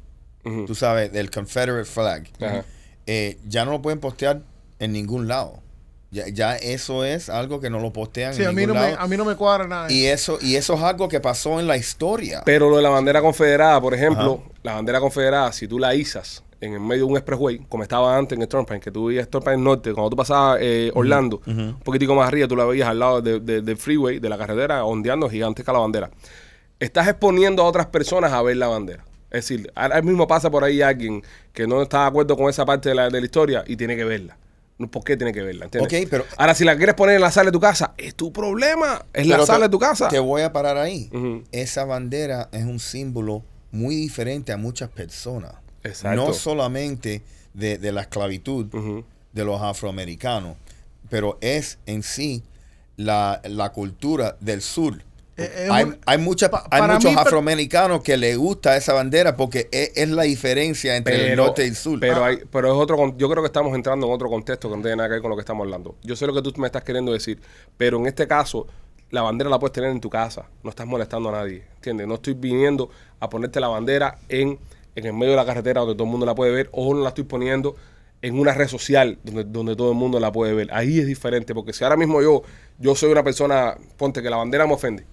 Speaker 1: Ujú.
Speaker 6: Tú sabes, del Confederate flag.
Speaker 1: Ajá.
Speaker 6: eh, ya no lo pueden postear en ningún lado. Ya, ya eso es algo que no lo postean
Speaker 4: Sí,
Speaker 6: en
Speaker 4: a mí, no
Speaker 6: ningún
Speaker 4: me,
Speaker 6: lado.
Speaker 4: a mí no me cuadra nada.
Speaker 6: y eso y eso es algo que pasó en la historia.
Speaker 1: Pero lo de la bandera confederada, por ejemplo, la bandera confederada, si tú la izas en el medio de un expressway, como estaba antes en Stormpine, que tú veías Stormpine Norte, cuando tú pasabas eh, Orlando, un poquitico más arriba, tú la veías al lado de- de- del freeway, de la carretera, ondeando gigantesca la bandera. Estás exponiendo a otras personas a ver la bandera. Es decir, ahora mismo pasa por ahí alguien que no está de acuerdo con esa parte de la, de la historia y tiene que verla. No, ¿Por qué tiene que verla? ¿Entiendes?
Speaker 6: Ok, pero-
Speaker 1: ahora, si la quieres poner en la sala de tu casa, es tu problema. Es la
Speaker 6: Pero te-
Speaker 1: sala de tu casa.
Speaker 6: Te voy a parar ahí.
Speaker 1: Ujú.
Speaker 6: Esa bandera es un símbolo muy diferente a muchas personas.
Speaker 1: Exacto.
Speaker 6: No solamente de, de la esclavitud
Speaker 1: Ujú.
Speaker 6: de los afroamericanos, pero es en sí la, la cultura del sur.
Speaker 4: Eh, es
Speaker 6: hay,
Speaker 4: un-
Speaker 6: hay muchas-
Speaker 4: pa-
Speaker 6: hay
Speaker 4: para
Speaker 6: muchos
Speaker 4: mí, per-
Speaker 6: afroamericanos que les gusta esa bandera porque e- es, la diferencia entre el norte y el sur.
Speaker 1: Pero,
Speaker 6: Ah,
Speaker 1: hay- pero es otro, con- yo creo que estamos entrando en otro contexto que no tiene nada que ver con lo que estamos hablando. Yo sé lo que tú me estás queriendo decir, pero en este caso, la bandera la puedes tener en tu casa. No estás molestando a nadie, ¿entiendes? No estoy viniendo a ponerte la bandera en, en el medio de la carretera donde todo el mundo la puede ver o no la estoy poniendo en una red social donde, donde todo el mundo la puede ver. Ahí es diferente, porque si ahora mismo yo, yo soy una persona, ponte que la bandera me ofende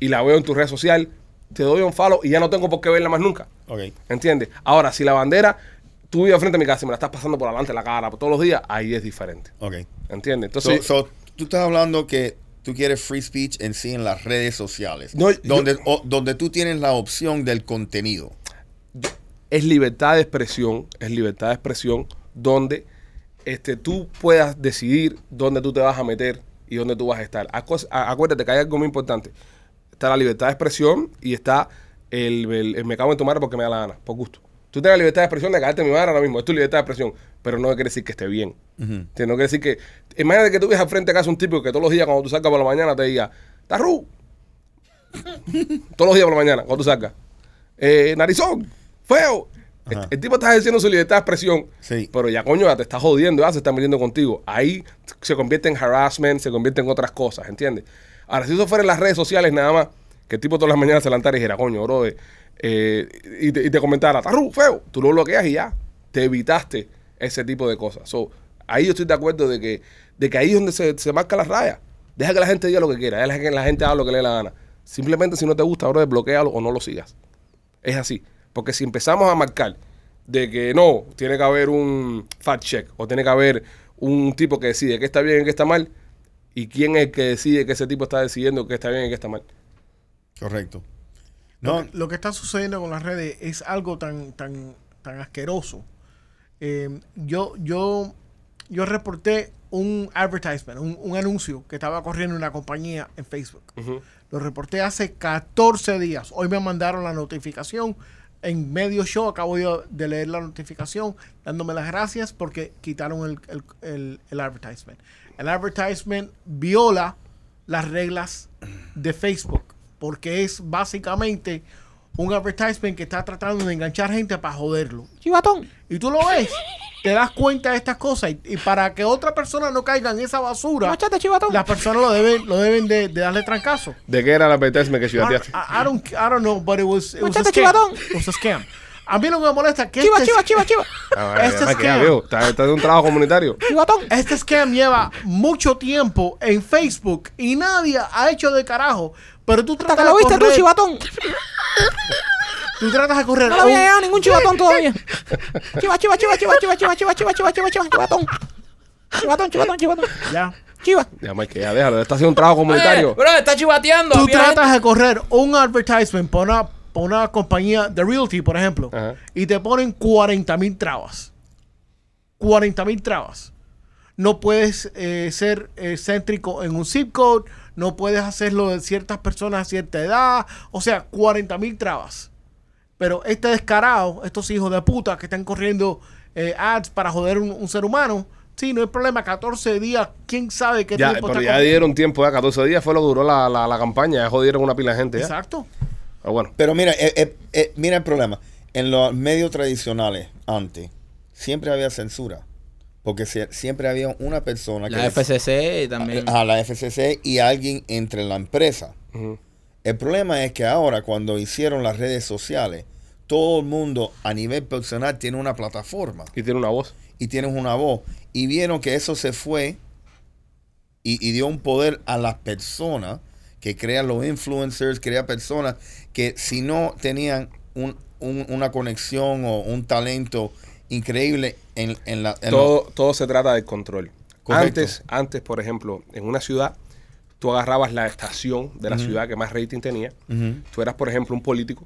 Speaker 1: y la veo en tu red social, te doy un follow y ya no tengo por qué verla más nunca.
Speaker 6: ok.
Speaker 1: ¿Entiendes? Ahora, si la bandera tú vives frente a mi casa y me la estás pasando por delante de la cara por todos los días, ahí es diferente.
Speaker 6: ok.
Speaker 1: ¿Entiendes?
Speaker 6: So,
Speaker 1: Entonces,
Speaker 6: so, tú estás hablando que tú quieres free speech en sí en las redes sociales,
Speaker 1: No,
Speaker 6: donde, o- donde tú tienes la opción del contenido.
Speaker 1: es libertad de expresión, es libertad de expresión donde este, tú puedas decidir dónde tú te vas a meter y dónde tú vas a estar. Acu- a- Acuérdate que hay algo muy importante. Está la libertad de expresión y está el, el- el me cago en tu madre porque me da la gana, por gusto. Tú tienes la libertad de expresión de cagarte en mi madre ahora mismo, es tu libertad de expresión, pero no quiere decir que esté bien. O sea, No quiere decir que. Imagínate que tú ves al frente de casa un tipo que todos los días cuando tú salgas por la mañana te diga, ¡Tarru! todos los días por la mañana, cuando tú salgas. Eh, narizón, feo. El, el tipo está ejerciendo su libertad de expresión.
Speaker 6: Sí.
Speaker 1: Pero ya, coño, ya te está jodiendo, ya se está metiendo contigo. Ahí se convierte en harassment, se convierte en otras cosas, ¿entiendes? Ahora, si eso fuera en las redes sociales nada más, que el tipo todas las mañanas se levantara y dijera, coño, bro, eh, eh, y, te, y te comentara, "Tarru, feo, tú lo bloqueas y ya. Te evitaste ese tipo de cosas. So, ahí yo estoy de acuerdo de que, de que ahí es donde se, se marca la raya. Deja que la gente diga lo que quiera, deja que la gente haga lo que le dé la gana. Simplemente si no te gusta, ahora desbloquealo o no lo sigas. Es así. Porque si empezamos a marcar de que no, tiene que haber un fact check o tiene que haber un tipo que decide qué está bien y qué está mal, y quién es el que decide que ese tipo está decidiendo qué está bien y qué está mal.
Speaker 6: Correcto. No,
Speaker 4: Lo que está sucediendo con las redes es algo tan, tan, tan asqueroso. Eh, yo, yo, yo reporté un advertisement, un, un anuncio que estaba corriendo en una compañía en Facebook. Lo reporté hace 14 días. Hoy me mandaron la notificación. En medio show acabo yo de leer la notificación dándome las gracias porque quitaron el, el, el- el advertisement. El advertisement viola las reglas de Facebook porque es básicamente un advertisement que está tratando de enganchar gente para joderlo.
Speaker 3: Chivatón.
Speaker 4: Y tú lo ves, te das cuenta de estas cosas y, y para que otra persona no caiga en esa basura,
Speaker 3: Machate, chivatón.
Speaker 4: las personas lo deben, lo deben de, de darle trancazo.
Speaker 1: ¿De qué era la advertisement que
Speaker 4: I,
Speaker 1: chivateaste?
Speaker 4: I- I don't, I don't know, but it was, it was a
Speaker 3: Muchacho
Speaker 4: scam.
Speaker 3: chivatón.
Speaker 4: It was a scam. A mí lo que me molesta es que
Speaker 3: Chiva,
Speaker 4: este, *laughs*
Speaker 3: chiva, chiva, chiva.
Speaker 1: Ah, vaya,
Speaker 4: este
Speaker 1: vaya, que ya
Speaker 4: scam.
Speaker 1: veo, Está, está de un trabajo comunitario.
Speaker 3: Chivatón.
Speaker 4: este scam lleva mucho tiempo en Facebook y nadie ha hecho de carajo. Pero tú
Speaker 3: Hasta
Speaker 4: tratas
Speaker 3: que lo
Speaker 4: de
Speaker 3: viste tú,
Speaker 4: correr-
Speaker 3: chivatón.
Speaker 4: tú tratas de correr
Speaker 3: No
Speaker 4: a
Speaker 3: le
Speaker 4: un-
Speaker 3: había llegado ningún chivatón todavía. Chiva, chiva, chiva, chiva, chiva, chiva, chiva, chiva, chiva, chiva, chiva, chivatón. Chivatón, chivatón, chivatón.
Speaker 4: Ya.
Speaker 3: Chiva.
Speaker 1: Ya, Mike, ya déjalo. Está haciendo un trabajo comunitario.
Speaker 3: bro, Eh, está chivateando.
Speaker 4: Tú
Speaker 3: había gente-
Speaker 4: tratas de correr un advertisement por una, por una compañía de realty, por ejemplo,
Speaker 1: Ajá.
Speaker 4: y te ponen 40 mil trabas. 40 mil trabas. No puedes eh, ser eh, céntrico en un zip code, no puedes hacerlo de ciertas personas a cierta edad, o sea, 40 mil trabas. Pero este descarado, estos hijos de puta que están corriendo eh, ads para joder un, un ser humano, sí, no hay problema, 14 días, quién sabe qué
Speaker 1: Ya,
Speaker 4: tiempo
Speaker 1: pero
Speaker 4: está
Speaker 1: ya
Speaker 4: con-
Speaker 1: dieron tiempo, ya 14 días fue lo que duró la, la, la campaña. Ya jodieron una pila de gente. Ya.
Speaker 4: Exacto.
Speaker 1: Pero bueno,
Speaker 6: Pero mira, eh, eh, eh, mira el problema. En los medios tradicionales, antes, siempre había censura. Porque se- siempre había una persona que...
Speaker 3: La
Speaker 6: decía-
Speaker 3: FCC también.
Speaker 6: a la FCC y alguien entre la empresa.
Speaker 1: Ujú.
Speaker 6: El problema es que ahora cuando hicieron las redes sociales, todo el mundo a nivel personal tiene una plataforma
Speaker 1: y tiene una voz.
Speaker 6: y tienes una voz. Y vieron que eso se fue y, y dio un poder a las personas que crean los influencers, crean personas que si no tenían un- un- una conexión o un talento increíble en, en la... en
Speaker 1: todo, todo se trata del control.
Speaker 6: Eh, Correcto.
Speaker 1: Antes, antes, por ejemplo, en una ciudad, tú agarrabas la estación de la ciudad que más rating tenía.
Speaker 6: los- Ujú,
Speaker 1: Tú eras, por ejemplo, un político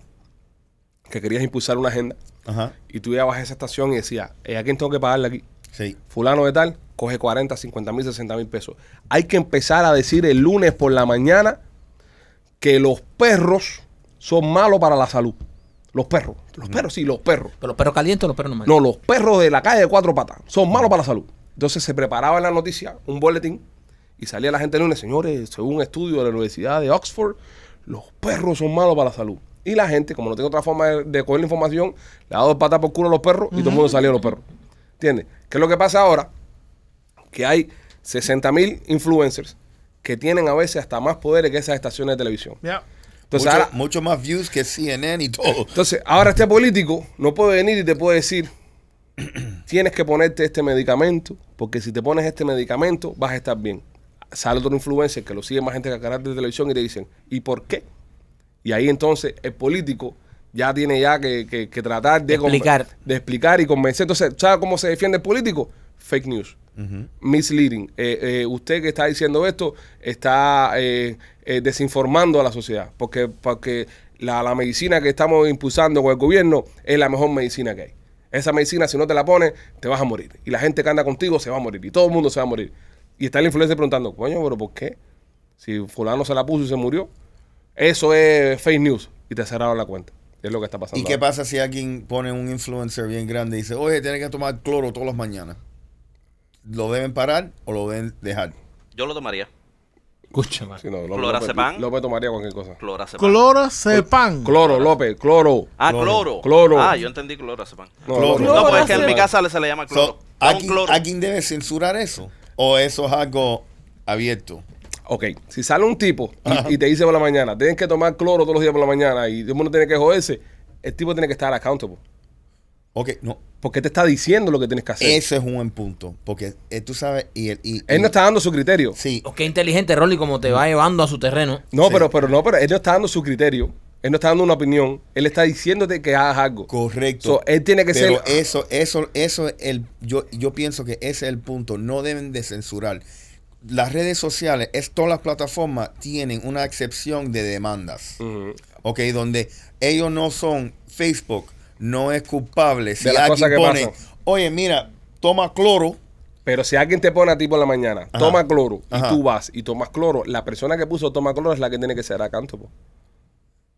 Speaker 1: que querías impulsar una agenda
Speaker 6: Ajá.
Speaker 1: y tú llegabas a esa estación y decías, "Eh, ¿a quién tengo que pagarle aquí?
Speaker 6: Sí.
Speaker 1: Fulano de tal, coge 40, 50 mil, 60 mil pesos. Hay que empezar a decir el lunes por la mañana que los perros son malos para la salud. Los perros, los perros, sí, los perros.
Speaker 3: Pero los perros calientes o los perros normales.
Speaker 1: No, los perros de la calle de cuatro patas son malos para la salud. Entonces se preparaba en la noticia un boletín y salía la gente el lunes, señores, según un estudio de la Universidad de Oxford, los perros son malos para la salud. Y la gente, como no tiene otra forma de, de coger la información, le ha dado patas por culo a los perros y todo el mundo salía a los perros. ¿Entiendes? ¿Qué es lo que pasa ahora? Que hay 60 mil influencers que tienen a veces hasta más poderes que esas estaciones de televisión.
Speaker 4: Ya.
Speaker 1: Entonces,
Speaker 6: mucho,
Speaker 1: ahora,
Speaker 6: mucho más views que CNN y todo.
Speaker 1: entonces, ahora este político no puede venir y te puede decir, *clears throat* tienes que ponerte este medicamento, porque si te pones este medicamento vas a estar bien. Sale otro influencer que lo sigue más gente que el canal de televisión y te dicen, ¿y por qué? Y ahí entonces el político ya tiene ya que, que- que tratar de, conven-
Speaker 3: Explicar.
Speaker 1: de explicar y convencer. Entonces, ¿sabe cómo se defiende el político? Fake news. Misleading. Eh, eh, usted que está diciendo esto está eh, eh, desinformando a la sociedad porque, porque la, la medicina que estamos impulsando con el gobierno es la mejor medicina que hay. Esa medicina, si no te la pones, te vas a morir. Y la gente que anda contigo se va a morir. Y todo el mundo se va a morir. Y está el influencer preguntando, coño, pero ¿por qué? Si fulano se la puso y se murió, eso es fake news. Y te cerraron la cuenta. Es lo que está pasando.
Speaker 6: ¿Y qué
Speaker 1: ahora.
Speaker 6: pasa si alguien pone un influencer bien grande y dice, oye, tienes que tomar cloro todas las mañanas? ¿Lo deben parar o lo deben dejar?
Speaker 5: Yo lo tomaría.
Speaker 3: Escúchame.
Speaker 1: Sí, no, López-
Speaker 5: Clorazepam.
Speaker 1: López- López tomaría cualquier cosa.
Speaker 5: Clorazepam.
Speaker 4: Clorazepam.
Speaker 1: Cloro, López, cloro.
Speaker 5: ah,
Speaker 6: Cloro.
Speaker 5: cloro.
Speaker 1: Cloro.
Speaker 5: Ah, yo entendí clorazepam.
Speaker 1: No,
Speaker 6: Cloro.
Speaker 5: No, pues es que en
Speaker 1: López.
Speaker 5: mi casa le- se le llama cloro.
Speaker 6: So,
Speaker 5: Es un
Speaker 6: ¿alguien,
Speaker 5: cloro.
Speaker 6: alguien debe censurar eso? ¿O eso es algo abierto?
Speaker 1: Ok, si sale un tipo y, y te dice por la mañana, tienes que tomar cloro todos los días por la mañana y todo el mundo tiene que joderse, el tipo tiene que estar accountable.
Speaker 6: Ok, no.
Speaker 1: Porque te está diciendo lo que tienes que hacer.
Speaker 6: Ese es un buen punto. Porque eh, tú sabes, y, el- y-
Speaker 1: Él
Speaker 6: y-
Speaker 1: no está dando su criterio.
Speaker 6: Sí,
Speaker 3: Oh, qué inteligente, Rolly, como te va llevando a su terreno.
Speaker 1: No,
Speaker 6: Sí.
Speaker 1: pero, pero no, pero él no está dando su criterio. Él no está dando una opinión. Él está diciéndote que hagas algo.
Speaker 6: correcto.
Speaker 1: So, él tiene que
Speaker 6: Pero
Speaker 1: ser-
Speaker 6: Eso, eso, eso, es el, yo, yo pienso que ese es el punto. No deben de censurar. Las redes sociales, es, todas las plataformas tienen una excepción de demandas.
Speaker 1: Ujú.
Speaker 6: Ok, donde ellos no son, Facebook no es culpable. Si
Speaker 1: De las cosas
Speaker 6: alguien
Speaker 1: que
Speaker 6: pone,
Speaker 1: pasan.
Speaker 6: oye, mira, toma cloro,
Speaker 1: Pero si alguien te pone a ti por la mañana,
Speaker 6: Ajá.
Speaker 1: toma cloro,
Speaker 6: Ajá.
Speaker 1: y tú vas y tomas cloro, la persona que puso toma cloro es la que tiene que ser accountable.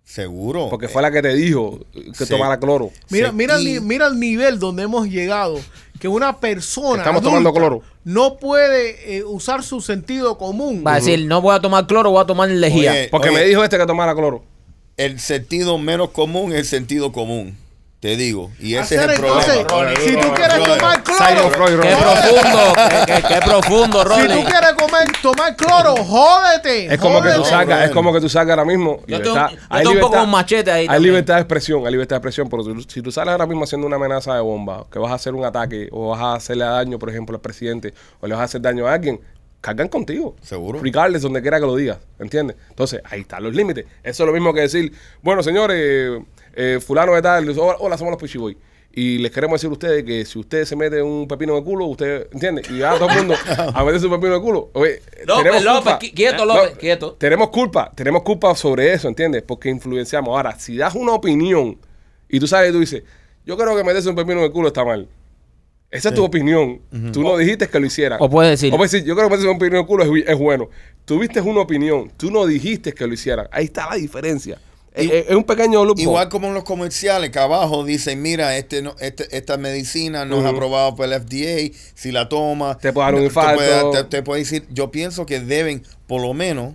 Speaker 6: seguro.
Speaker 1: Porque
Speaker 6: Eh,
Speaker 1: fue la que te dijo que
Speaker 6: sí.
Speaker 1: tomara cloro.
Speaker 4: Eh, Mira,
Speaker 6: Sí.
Speaker 4: mira, el
Speaker 6: Y-
Speaker 4: ni- mira el nivel donde hemos llegado. Que una persona
Speaker 1: Estamos tomando cloro.
Speaker 4: no puede eh, usar su sentido común.
Speaker 3: Va a decir, no voy a tomar cloro, voy a tomar lejía.
Speaker 6: Eh, Oye,
Speaker 1: Porque me dijo este que tomara cloro.
Speaker 6: el sentido menos común es el sentido común. Te digo. Y ese
Speaker 4: Hacer
Speaker 6: es el problema.
Speaker 4: entonces, si tú quieres
Speaker 6: brother.
Speaker 4: tomar
Speaker 1: Psycho
Speaker 4: cloro,
Speaker 1: Freud,
Speaker 3: Qué
Speaker 1: Rolly.
Speaker 3: profundo, qué, qué- qué profundo,
Speaker 4: si
Speaker 3: Rolly.
Speaker 4: tú quieres comer, tomar cloro, jódete.
Speaker 1: Es como que tú
Speaker 4: jódete.
Speaker 1: salgas, es
Speaker 6: brother.
Speaker 1: como que tú salgas ahora mismo.
Speaker 3: Yo tengo-
Speaker 1: libertad-
Speaker 3: yo
Speaker 1: hay
Speaker 3: tengo un poco
Speaker 1: libertad-
Speaker 3: un machete ahí
Speaker 1: Hay
Speaker 3: también.
Speaker 1: libertad de expresión, hay libertad de expresión. Pero tú- si tú sales ahora mismo haciendo una amenaza de bomba, que vas a hacer un ataque o vas a hacerle daño, por ejemplo, al presidente, o le vas a hacer daño a alguien, cargan contigo.
Speaker 6: Seguro.
Speaker 1: Regardless, donde quiera que lo digas. ¿Entiendes? Entonces, ahí están los límites. Eso es lo mismo que decir, bueno, señores, eh, fulano de tal, hola, hola, somos los Pichiboy. Y les queremos decir a ustedes que si usted se mete un pepino de culo, usted, ¿entiende? Y ya todo el mundo a meterse un pepino de culo. Oye,
Speaker 3: López,
Speaker 1: tenemos
Speaker 3: López,
Speaker 1: culpa.
Speaker 3: qui- quieto,
Speaker 1: No,
Speaker 3: López, quieto.
Speaker 1: Tenemos culpa, tenemos culpa sobre eso, ¿entiendes? Porque influenciamos. Ahora, si das una opinión y tú sabes, tú dices, yo creo que meterse un pepino en el culo está mal. Esa es tu opinión. Tú no dijiste que lo hicieran.
Speaker 3: O puedes decir-
Speaker 1: O puedes decir, yo creo que meterse un pepino en el culo es, bu- es bueno. Tuviste una opinión, tú no dijiste que lo hicieran. Ahí está la diferencia. Es-
Speaker 6: Y-
Speaker 1: es, es un pequeño loophole.
Speaker 6: Igual como en los comerciales que abajo dicen, mira, este no, este- esta medicina no es
Speaker 1: Ujú.
Speaker 6: aprobada por el FDA, si la toma
Speaker 1: Te puede dar un
Speaker 6: no-
Speaker 1: infarto.
Speaker 6: Te puede, dar- te- te puede decir, yo pienso que deben por lo menos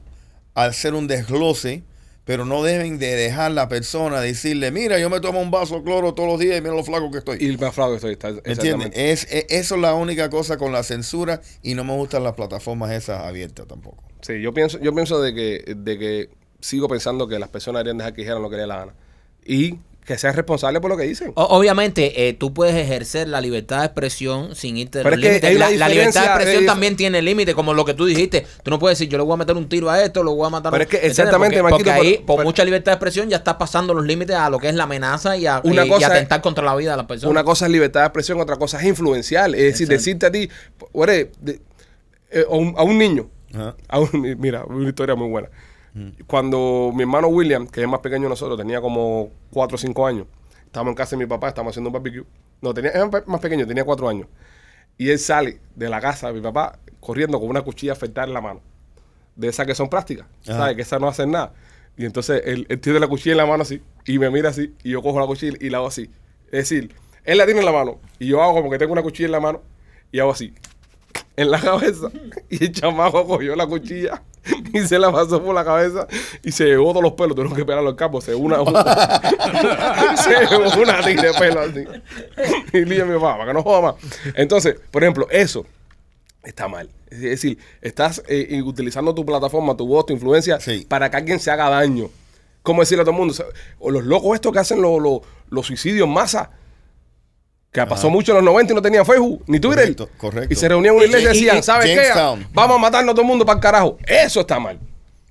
Speaker 6: hacer un desglose, pero no deben de dejar la persona decirle, mira, yo me tomo un vaso de cloro todos los días y mira lo flaco que estoy.
Speaker 1: Y el más flaco que estoy. está-
Speaker 6: ¿Me entiendes? Eh,
Speaker 1: exactamente.
Speaker 6: Es, es- eso es la única cosa con la censura y no me gustan las plataformas esas abiertas tampoco.
Speaker 1: Sí, yo pienso, yo pienso de que, de que sigo pensando que las personas deberían dejar que dijeran lo que les dé la gana. Y que sean responsables por lo que dicen.
Speaker 3: O- Obviamente, eh, tú puedes ejercer la libertad de expresión sin irte de
Speaker 1: Pero
Speaker 3: los
Speaker 1: es que
Speaker 3: límites.
Speaker 1: hay una
Speaker 3: La, la libertad de
Speaker 1: diferencia,
Speaker 3: expresión
Speaker 1: eh,
Speaker 3: también tiene límite, como lo que tú dijiste. Tú no puedes decir, yo le voy a meter un tiro a esto, lo voy a matar a
Speaker 1: Pero es que
Speaker 3: ¿entiendes?
Speaker 1: exactamente,
Speaker 3: porque, porque
Speaker 1: Marquito,
Speaker 3: ahí,
Speaker 1: pero-
Speaker 3: por
Speaker 1: pero-
Speaker 3: mucha libertad de expresión, ya estás pasando los límites a lo que es la amenaza y, a, eh, y-
Speaker 1: Una
Speaker 3: y
Speaker 1: cosa es-
Speaker 3: atentar contra la vida de la persona.
Speaker 1: Una cosa es libertad de expresión, otra cosa es influencial. Es decir, decirte a ti, "Ore, de- eh, a, un, a un niño,
Speaker 6: Ajá.
Speaker 1: a un- *laughs* mira, una historia muy buena. Cuando mi hermano William, que es más pequeño que nosotros, tenía como 4 o 5 años, estábamos en casa de mi papá, estábamos haciendo un barbecue. No, tenía, era más pequeño, tenía 4 años. Y él sale de la casa de mi papá corriendo con una cuchilla afeitada en la mano. De esas que son plásticas,
Speaker 6: Ajá.
Speaker 1: ¿sabes? Que esas no hacen nada. Y entonces él, él tiene la cuchilla en la mano así, y me mira así, y yo cojo la cuchilla y la hago así. Es decir, él la tiene en la mano, y yo hago como que tengo una cuchilla en la mano, y hago así, en la cabeza. *laughs* Y el chamaco cogió la cuchilla *laughs* y se la pasó por la cabeza y se llevó todos los pelos. Tuvieron que pelar los capos, se llevó una. se llevó *laughs* una tigre de pelo así. y le dije a mi papá, para que no joda más. Entonces, por ejemplo, eso está mal. Es decir, estás eh, utilizando tu plataforma, tu voz, tu influencia
Speaker 6: Sí.
Speaker 1: para que alguien se haga daño. Como decirle a todo el mundo, ¿sabes? o los locos estos que hacen los- los- los suicidios en masa, que pasó mucho en los 90 y no tenían Facebook, ni Twitter.
Speaker 6: Correcto, correcto.
Speaker 1: Y se reunían en una iglesia y
Speaker 3: Y- y-
Speaker 1: decían, ¿sabes qué?
Speaker 6: Jamestown.
Speaker 1: Vamos a matarnos a todo el mundo para el carajo. Eso está mal.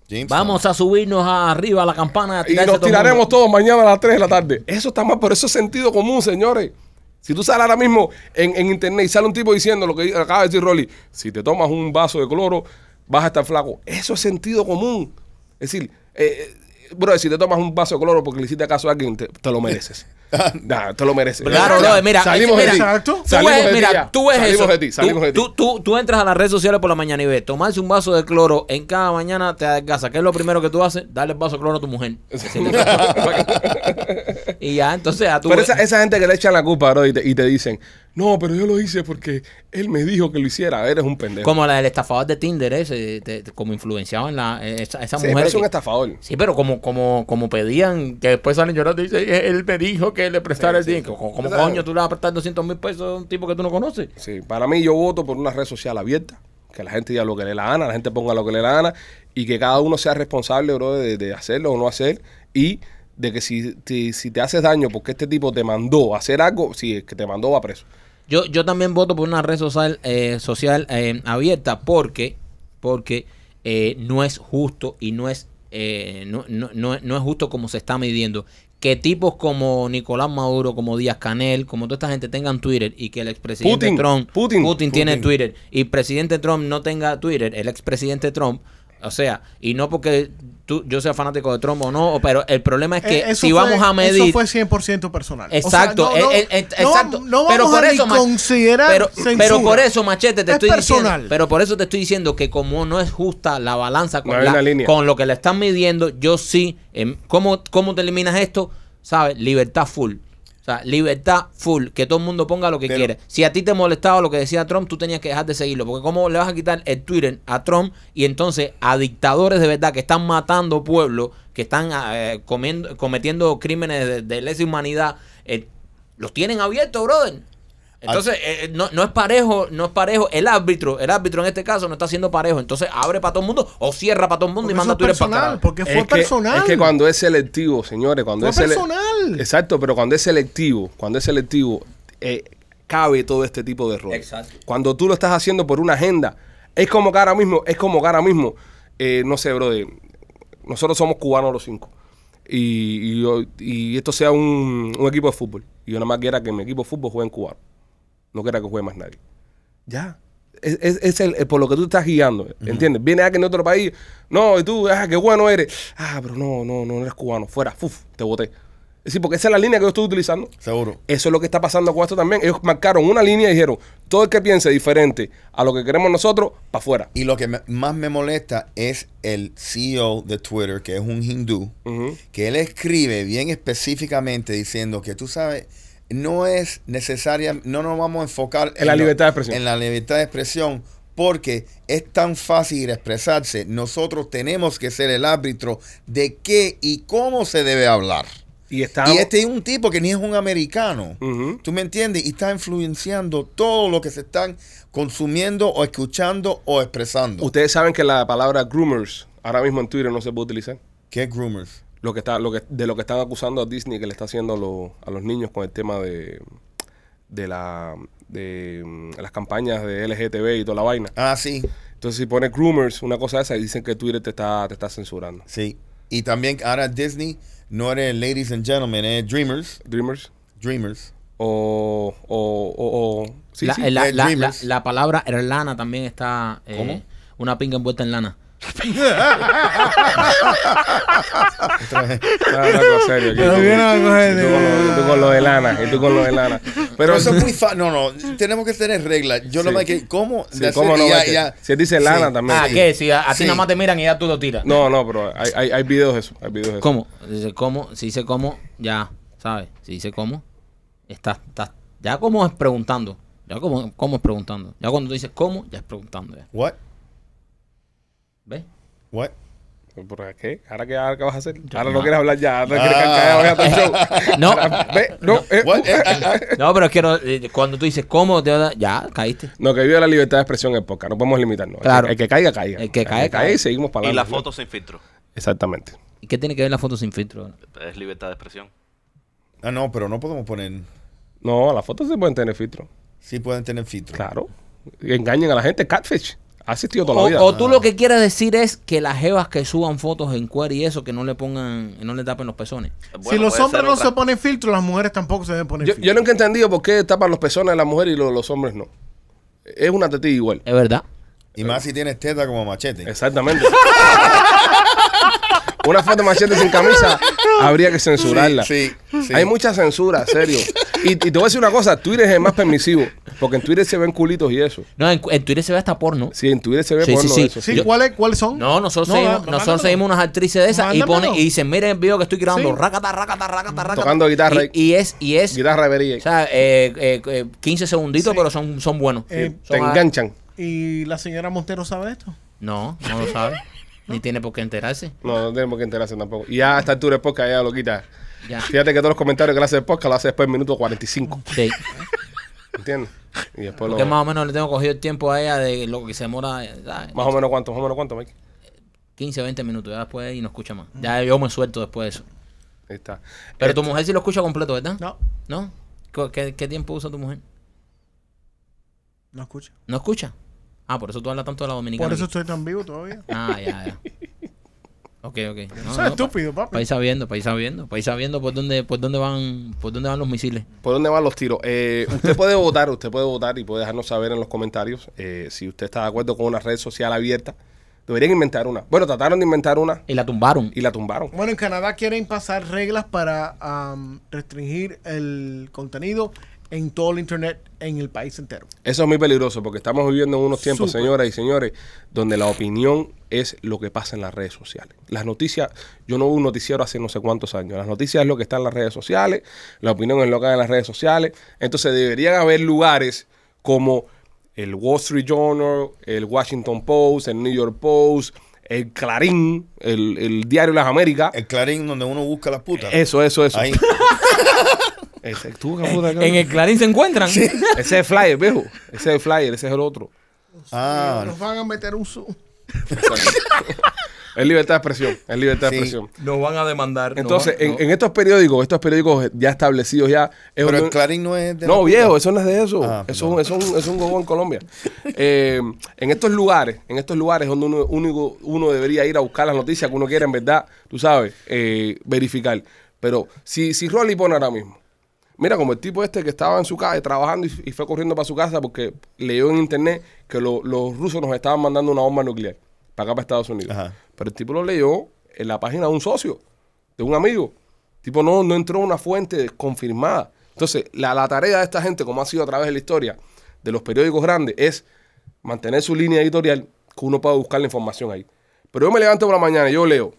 Speaker 6: James
Speaker 3: Vamos a subirnos arriba a la campana. a
Speaker 1: Y
Speaker 3: tirarse
Speaker 1: nos
Speaker 3: todo el mundo.
Speaker 1: tiraremos todos mañana a las 3 de la tarde. Eso está mal, pero eso es sentido común, señores. Si tú sales ahora mismo en, en internet y sale un tipo diciendo lo que acaba de decir Rolly, si te tomas un vaso de cloro, vas a estar flaco. Eso es sentido común. Es decir, eh, eh, bro, si te tomas un vaso de cloro porque le hiciste caso a alguien, te, te lo mereces. Nah, te lo mereces.
Speaker 3: Claro,
Speaker 1: Ya,
Speaker 3: brother, mira,
Speaker 1: Este, salimos
Speaker 3: mira,
Speaker 1: de ti.
Speaker 4: exacto.
Speaker 3: Tú
Speaker 1: Salimos
Speaker 3: ves,
Speaker 1: de ti
Speaker 3: mira,
Speaker 1: ya.
Speaker 3: tú ves
Speaker 1: salimos
Speaker 3: eso.
Speaker 1: De ti, salimos
Speaker 3: tú,
Speaker 1: de ti. *laughs*
Speaker 3: tú- tú- tú entras a las redes sociales por la mañana y ves, tomarse un vaso de cloro en cada mañana te adelgaza. ¿Qué es lo primero que tú haces? Darle el vaso de cloro a tu mujer. Y ya, entonces a tu
Speaker 1: Pero esa, esa gente que le echan la culpa, bro, y te, y te dicen, no, pero yo lo hice porque él me dijo que lo hiciera, eres un pendejo.
Speaker 3: Como la del estafador de Tinder, ese, te- te- como influenciaba en la, eh, esa, esa
Speaker 1: Sí, pero
Speaker 3: mujer.
Speaker 1: es un
Speaker 3: que-
Speaker 1: estafador.
Speaker 3: Sí, pero como, como, como pedían, que después salen llorando y dicen, él me dijo que le prestara el dinero. ¿Cómo, cómo coño tú le vas a prestar 200 mil pesos a un tipo que tú no conoces?
Speaker 1: Sí, para mí yo voto por una red social abierta, que la gente diga lo que le dé la gana, la gente ponga lo que le dé la gana y que cada uno sea responsable, bro, de, de hacerlo o no hacer y de que si, si, si te haces daño porque este tipo te mandó a hacer algo, si es que te mandó va preso.
Speaker 3: Yo, yo también voto por una red social, eh, social eh, abierta porque, porque eh, no es justo y no es, eh, no, no, no, no es justo como se está midiendo. Que tipos como Nicolás Maduro, como Díaz Canel, como toda esta gente tengan Twitter y que el expresidente
Speaker 1: Putin,
Speaker 3: Trump,
Speaker 1: Putin,
Speaker 3: tiene
Speaker 6: Putin.
Speaker 3: Twitter y el presidente Trump no tenga Twitter, el expresidente Trump, o sea, y no porque tú, yo sea fanático de Trump o no, pero el problema es que
Speaker 4: Eh, eso
Speaker 3: si
Speaker 4: fue-
Speaker 3: vamos a medir
Speaker 4: Eso fue 100% personal. O sea,
Speaker 3: Exacto,
Speaker 4: no- no-
Speaker 3: eh, eh,
Speaker 4: no-
Speaker 3: exacto.
Speaker 4: No
Speaker 3: pero
Speaker 4: vamos
Speaker 3: por
Speaker 4: a ni
Speaker 3: eso, ma-
Speaker 4: considerar
Speaker 3: pero,
Speaker 4: censura.
Speaker 3: pero por eso, machete, te
Speaker 4: Es
Speaker 3: estoy
Speaker 4: personal.
Speaker 3: diciendo. Pero por eso te estoy diciendo que como no es justa la balanza
Speaker 1: No
Speaker 3: con,
Speaker 1: hay
Speaker 3: la-
Speaker 1: una línea.
Speaker 3: con lo que le están midiendo, yo sí. em, ¿cómo, ¿Cómo te eliminas esto? ¿Sabes? Libertad full. O sea, libertad full, que todo el mundo ponga lo que
Speaker 6: Pero-
Speaker 3: quiere. Si a ti te molestaba lo que decía Trump, tú tenías que dejar de seguirlo. Porque ¿cómo le vas a quitar el Twitter a Trump y entonces a dictadores de verdad que están matando pueblos, que están eh, comiendo- cometiendo crímenes de, de lesa humanidad, eh, los tienen abiertos, brother? Entonces, eh, eh, no, no es parejo, no es parejo. El árbitro, el árbitro en este caso no está siendo parejo. Entonces, abre para todo el mundo o cierra para todo el mundo
Speaker 4: Porque
Speaker 3: y manda
Speaker 4: eso es
Speaker 3: Twitter para
Speaker 4: personal,
Speaker 3: atrás.
Speaker 4: porque fue
Speaker 1: es que,
Speaker 4: personal.
Speaker 1: Es que cuando es selectivo, señores, cuando
Speaker 4: Fue
Speaker 1: es sele-
Speaker 4: personal.
Speaker 1: Exacto, pero cuando es selectivo, cuando es selectivo, eh, cabe todo este tipo de errores.
Speaker 3: Exacto.
Speaker 1: Cuando tú lo estás haciendo por una agenda, es como que ahora mismo, es como que ahora mismo, eh, no sé, brother, nosotros somos cubanos los cinco. Y, y yo- y esto sea un, un equipo de fútbol. Y yo nada más quiera que mi equipo de fútbol juegue en cubano. No quiera que juegue más nadie. Ya. Es, es- es el, es por lo que tú estás guiando, ¿entiendes? Viene alguien de otro país, no, y tú, ah, qué bueno eres. Ah, pero no, no, no eres cubano, fuera, fuf, te boté. Es decir, porque esa es la línea que yo estoy utilizando.
Speaker 6: Seguro.
Speaker 1: Eso es lo que está pasando con esto también. Ellos marcaron una línea y dijeron, todo el que piense diferente a lo que queremos nosotros, para afuera.
Speaker 6: Y lo que me- más me molesta es el CEO de Twitter, que es un hindú,
Speaker 1: Ujú.
Speaker 6: que él escribe bien específicamente diciendo que tú sabes, no es necesaria, no nos vamos a enfocar
Speaker 1: En la
Speaker 6: lo-
Speaker 1: libertad de expresión.
Speaker 6: En la libertad de expresión, porque es tan fácil expresarse. Nosotros tenemos que ser el árbitro de qué y cómo se debe hablar.
Speaker 1: Y estamos...
Speaker 6: Y este es un tipo que ni es un americano.
Speaker 1: Ujú.
Speaker 6: ¿Tú me entiendes? Y está influenciando todo lo que se están consumiendo o escuchando o expresando.
Speaker 1: Ustedes saben que la palabra groomers ahora mismo en Twitter no se puede utilizar.
Speaker 6: ¿Qué groomers?
Speaker 1: Lo que está, lo que, de lo que están acusando a Disney que le está haciendo a, lo- a los niños con el tema de, de, la, de mm, las campañas de LGTB y toda la vaina.
Speaker 6: Ah, sí,
Speaker 1: Entonces, si pones groomers, una cosa de esa, y dicen que Twitter te está, te está censurando.
Speaker 6: sí. Y también ahora Disney no eres ladies and gentlemen, es dreamers.
Speaker 1: Dreamers.
Speaker 6: Dreamers.
Speaker 1: O. o, o, o- sí,
Speaker 3: la,
Speaker 1: sí.
Speaker 3: la-
Speaker 6: eh,
Speaker 3: la-
Speaker 6: Dreamers.
Speaker 3: la- la palabra herlana también está. eh,
Speaker 6: ¿Cómo?
Speaker 3: Una pinga envuelta en lana.
Speaker 1: Ah, una cosa seria, aquí.
Speaker 4: Pero viene a coger
Speaker 1: Y tú con lo- y tú con lo de lana. Y tú con lo de lana.
Speaker 6: Pero
Speaker 1: Pero.
Speaker 6: eso es muy fácil. No, no, tenemos que tener reglas. Yo no
Speaker 1: Sí.
Speaker 6: me que ¿Cómo?
Speaker 1: Sí,
Speaker 6: That's
Speaker 1: ¿cómo
Speaker 6: it.
Speaker 1: no
Speaker 6: Y
Speaker 1: va a ser? Si él dice lana también.
Speaker 3: Ah,
Speaker 1: Sí.
Speaker 3: ¿qué? Si a, a
Speaker 6: Sí.
Speaker 3: ti nada más te miran y ya tú lo tiras.
Speaker 1: *laughs* No, no, pero hay, hay, hay videos de eso. Hay videos de eso.
Speaker 3: ¿Cómo? Dice, ¿cómo? Si dice cómo, ya, ¿sabes? Si dice cómo, estás, estás, ya como es preguntando. Ya como, como es preguntando. Ya cuando tú dices cómo, ya es preguntando. Ya.
Speaker 6: What?
Speaker 3: ¿Ves?
Speaker 1: *laughs*
Speaker 6: What?
Speaker 1: ¿Por qué? ¿Ahora qué, ahora qué vas a hacer? Ahora no
Speaker 3: no.
Speaker 1: quieres hablar ya.
Speaker 6: Ah.
Speaker 1: Ahora quieres cancañar, voy a hacer
Speaker 6: *laughs*
Speaker 1: show.
Speaker 3: No.
Speaker 1: Ahora, ve, no, eh,
Speaker 6: What?
Speaker 1: uh.
Speaker 6: Eh, ah, ah.
Speaker 3: No, pero es que no, eh, cuando tú dices cómo, te va a dar- ya caíste.
Speaker 1: No, que vive la libertad de expresión en podcast. No podemos limitarnos. El
Speaker 3: Claro.
Speaker 1: que- El que, caiga, caiga.
Speaker 3: El que caiga,
Speaker 1: y
Speaker 3: caiga.
Speaker 1: seguimos para
Speaker 5: Y la
Speaker 1: adelante, ¿no?
Speaker 5: foto sin filtro.
Speaker 1: Exactamente.
Speaker 3: ¿Y qué tiene que ver la foto sin filtro?
Speaker 5: Es libertad de expresión.
Speaker 6: Ah, no, pero no podemos poner.
Speaker 1: No, las fotos se pueden tener filtro.
Speaker 6: Sí pueden tener filtro.
Speaker 1: Claro. Y engañen a la gente. Catfish. Ha existido toda
Speaker 3: O,
Speaker 1: la vida.
Speaker 3: o tú lo que quieres decir es que las jevas que suban fotos en cuero y eso, que no le pongan, no le tapen los pezones.
Speaker 5: Bueno,
Speaker 4: si los
Speaker 5: puede
Speaker 4: hombres
Speaker 5: ser
Speaker 4: no
Speaker 5: otra.
Speaker 4: se ponen filtro, las mujeres tampoco se deben poner
Speaker 1: yo,
Speaker 4: filtro.
Speaker 1: yo nunca he entendido por qué tapan los pezones de las mujeres y lo- los, hombres no. Es una tetilla igual.
Speaker 3: Es verdad.
Speaker 6: Y más si tienes teta como machete.
Speaker 3: *laughs*
Speaker 1: Exactamente. una foto de machete sin camisa habría que censurarla.
Speaker 6: Sí, sí, sí.
Speaker 1: Hay mucha censura, serio. Y, y te voy a decir una cosa, Twitter es el más permisivo, porque en Twitter se ven culitos y eso.
Speaker 3: No, en, en Twitter se ve hasta porno.
Speaker 1: Sí, en Twitter se ve
Speaker 3: Sí, sí,
Speaker 1: porno
Speaker 3: sí.
Speaker 1: eso.
Speaker 4: Sí,
Speaker 3: yo-
Speaker 4: ¿cuáles, ¿cuáles son?
Speaker 3: No, nosotros,
Speaker 4: No,
Speaker 3: seguimos,
Speaker 4: va-
Speaker 3: nosotros
Speaker 4: mándamelo.
Speaker 3: seguimos unas actrices de esas y
Speaker 4: Mándamelo.
Speaker 3: pone y dicen, miren el video que estoy grabando,
Speaker 4: Sí.
Speaker 3: racata, racata, racata, racata.
Speaker 1: Tocando guitarra.
Speaker 3: Y, y es, y es,
Speaker 1: Guitarra de
Speaker 3: o
Speaker 1: Berry.
Speaker 3: sea, eh, eh, eh, 15 segunditos, pero son, son buenos.
Speaker 4: Eh,
Speaker 1: Te
Speaker 3: Son a-
Speaker 1: enganchan.
Speaker 4: ¿Y la señora Montero sabe esto?
Speaker 3: No, no lo sabe. Ni tiene por qué enterarse.
Speaker 1: No, no tenemos que enterarse tampoco. Y ya a esta altura de podcast ya lo quita.
Speaker 3: Ya.
Speaker 1: Fíjate que todos los comentarios que le hace el podcast lo hace después del minuto 45.
Speaker 3: Sí.
Speaker 1: ¿Entiendes? Y después lo.
Speaker 3: Porque más o menos le tengo cogido el tiempo a ella de lo que se demora, ¿sabes?
Speaker 1: Más o menos cuánto, más o menos cuánto, Mike.
Speaker 3: 15, 20 minutos. Ya después y no escucha más. Ya yo me suelto después de eso.
Speaker 1: Ahí está.
Speaker 3: Pero
Speaker 1: Este-
Speaker 3: tu mujer sí lo escucha completo, ¿verdad?
Speaker 4: No,
Speaker 3: ¿No? ¿Cu- ¿Qué, qué tiempo usa tu mujer?
Speaker 4: no escucha.
Speaker 3: ¿No escucha? Ah, por eso tú hablas tanto de la dominicana.
Speaker 4: Por eso
Speaker 3: aquí.
Speaker 4: estoy tan vivo todavía.
Speaker 3: Ah, ya, ya. Ok, ok. No,
Speaker 4: Eso
Speaker 3: no,
Speaker 4: es
Speaker 3: pa-
Speaker 4: estúpido, papi.
Speaker 3: pa' ir sabiendo, pa' ir sabiendo, pa' ir sabiendo por dónde, por dónde van, por dónde van los misiles.
Speaker 1: ¿Por dónde van los tiros? Eh, usted puede votar, usted puede votar y puede dejarnos saber en los comentarios eh, si usted está de acuerdo con una red social abierta. Deberían inventar una. Bueno, trataron de inventar una
Speaker 3: Y la tumbaron.
Speaker 1: y la tumbaron.
Speaker 4: Bueno, en Canadá quieren pasar reglas para am, restringir el contenido en todo el internet en el país entero.
Speaker 1: Eso es muy peligroso porque estamos viviendo en unos tiempos,
Speaker 4: Súper.
Speaker 1: señoras y señores, donde la opinión es lo que pasa en las redes sociales. Las noticias, yo no veo un noticiero hace no sé cuántos años. Las noticias es lo que está en las redes sociales, la opinión es lo que hay en las redes sociales. Entonces deberían haber lugares como el Wall Street Journal, el Washington Post, el New York Post, el Clarín, el, el Diario de las Américas.
Speaker 6: El clarín donde uno busca las putas.
Speaker 1: Eso, eso, eso. *laughs*
Speaker 6: Ahí.
Speaker 1: Ese, tú, qué puta,
Speaker 3: En el Clarín se encuentran.
Speaker 1: Ese es el flyer, viejo. Ese es el flyer, ese es el otro.
Speaker 6: Ah,
Speaker 4: Nos van a meter un zoom.
Speaker 1: Es libertad de expresión. Es libertad de
Speaker 6: Sí.
Speaker 1: expresión.
Speaker 3: Nos van a demandar.
Speaker 1: Entonces, en, en estos periódicos, estos periódicos ya establecidos ya. es
Speaker 6: pero
Speaker 1: un-
Speaker 6: el clarín no es de
Speaker 1: no,
Speaker 6: la
Speaker 1: viejo,
Speaker 6: puta.
Speaker 1: eso no es de eso.
Speaker 6: Ah,
Speaker 1: eso es un- es un, es un gobón en Colombia. Eh, en estos lugares, en estos lugares donde uno, único- uno debería ir a buscar las noticias que uno quiere, en verdad, tú sabes, eh, verificar. Pero si, si Rolly pone ahora mismo, mira, como el tipo este que estaba en su casa trabajando y, y fue corriendo para su casa porque leyó en internet que lo- los rusos nos estaban mandando una bomba nuclear para acá, para Estados Unidos.
Speaker 6: Ajá.
Speaker 1: Pero el tipo lo leyó en la página de un socio, de un amigo. Tipo, no, no entró una fuente confirmada. Entonces, la, la tarea de esta gente, como ha sido a través de la historia de los periódicos grandes, es mantener su línea editorial, que uno pueda buscar la información ahí. Pero yo me levanto por la mañana y yo leo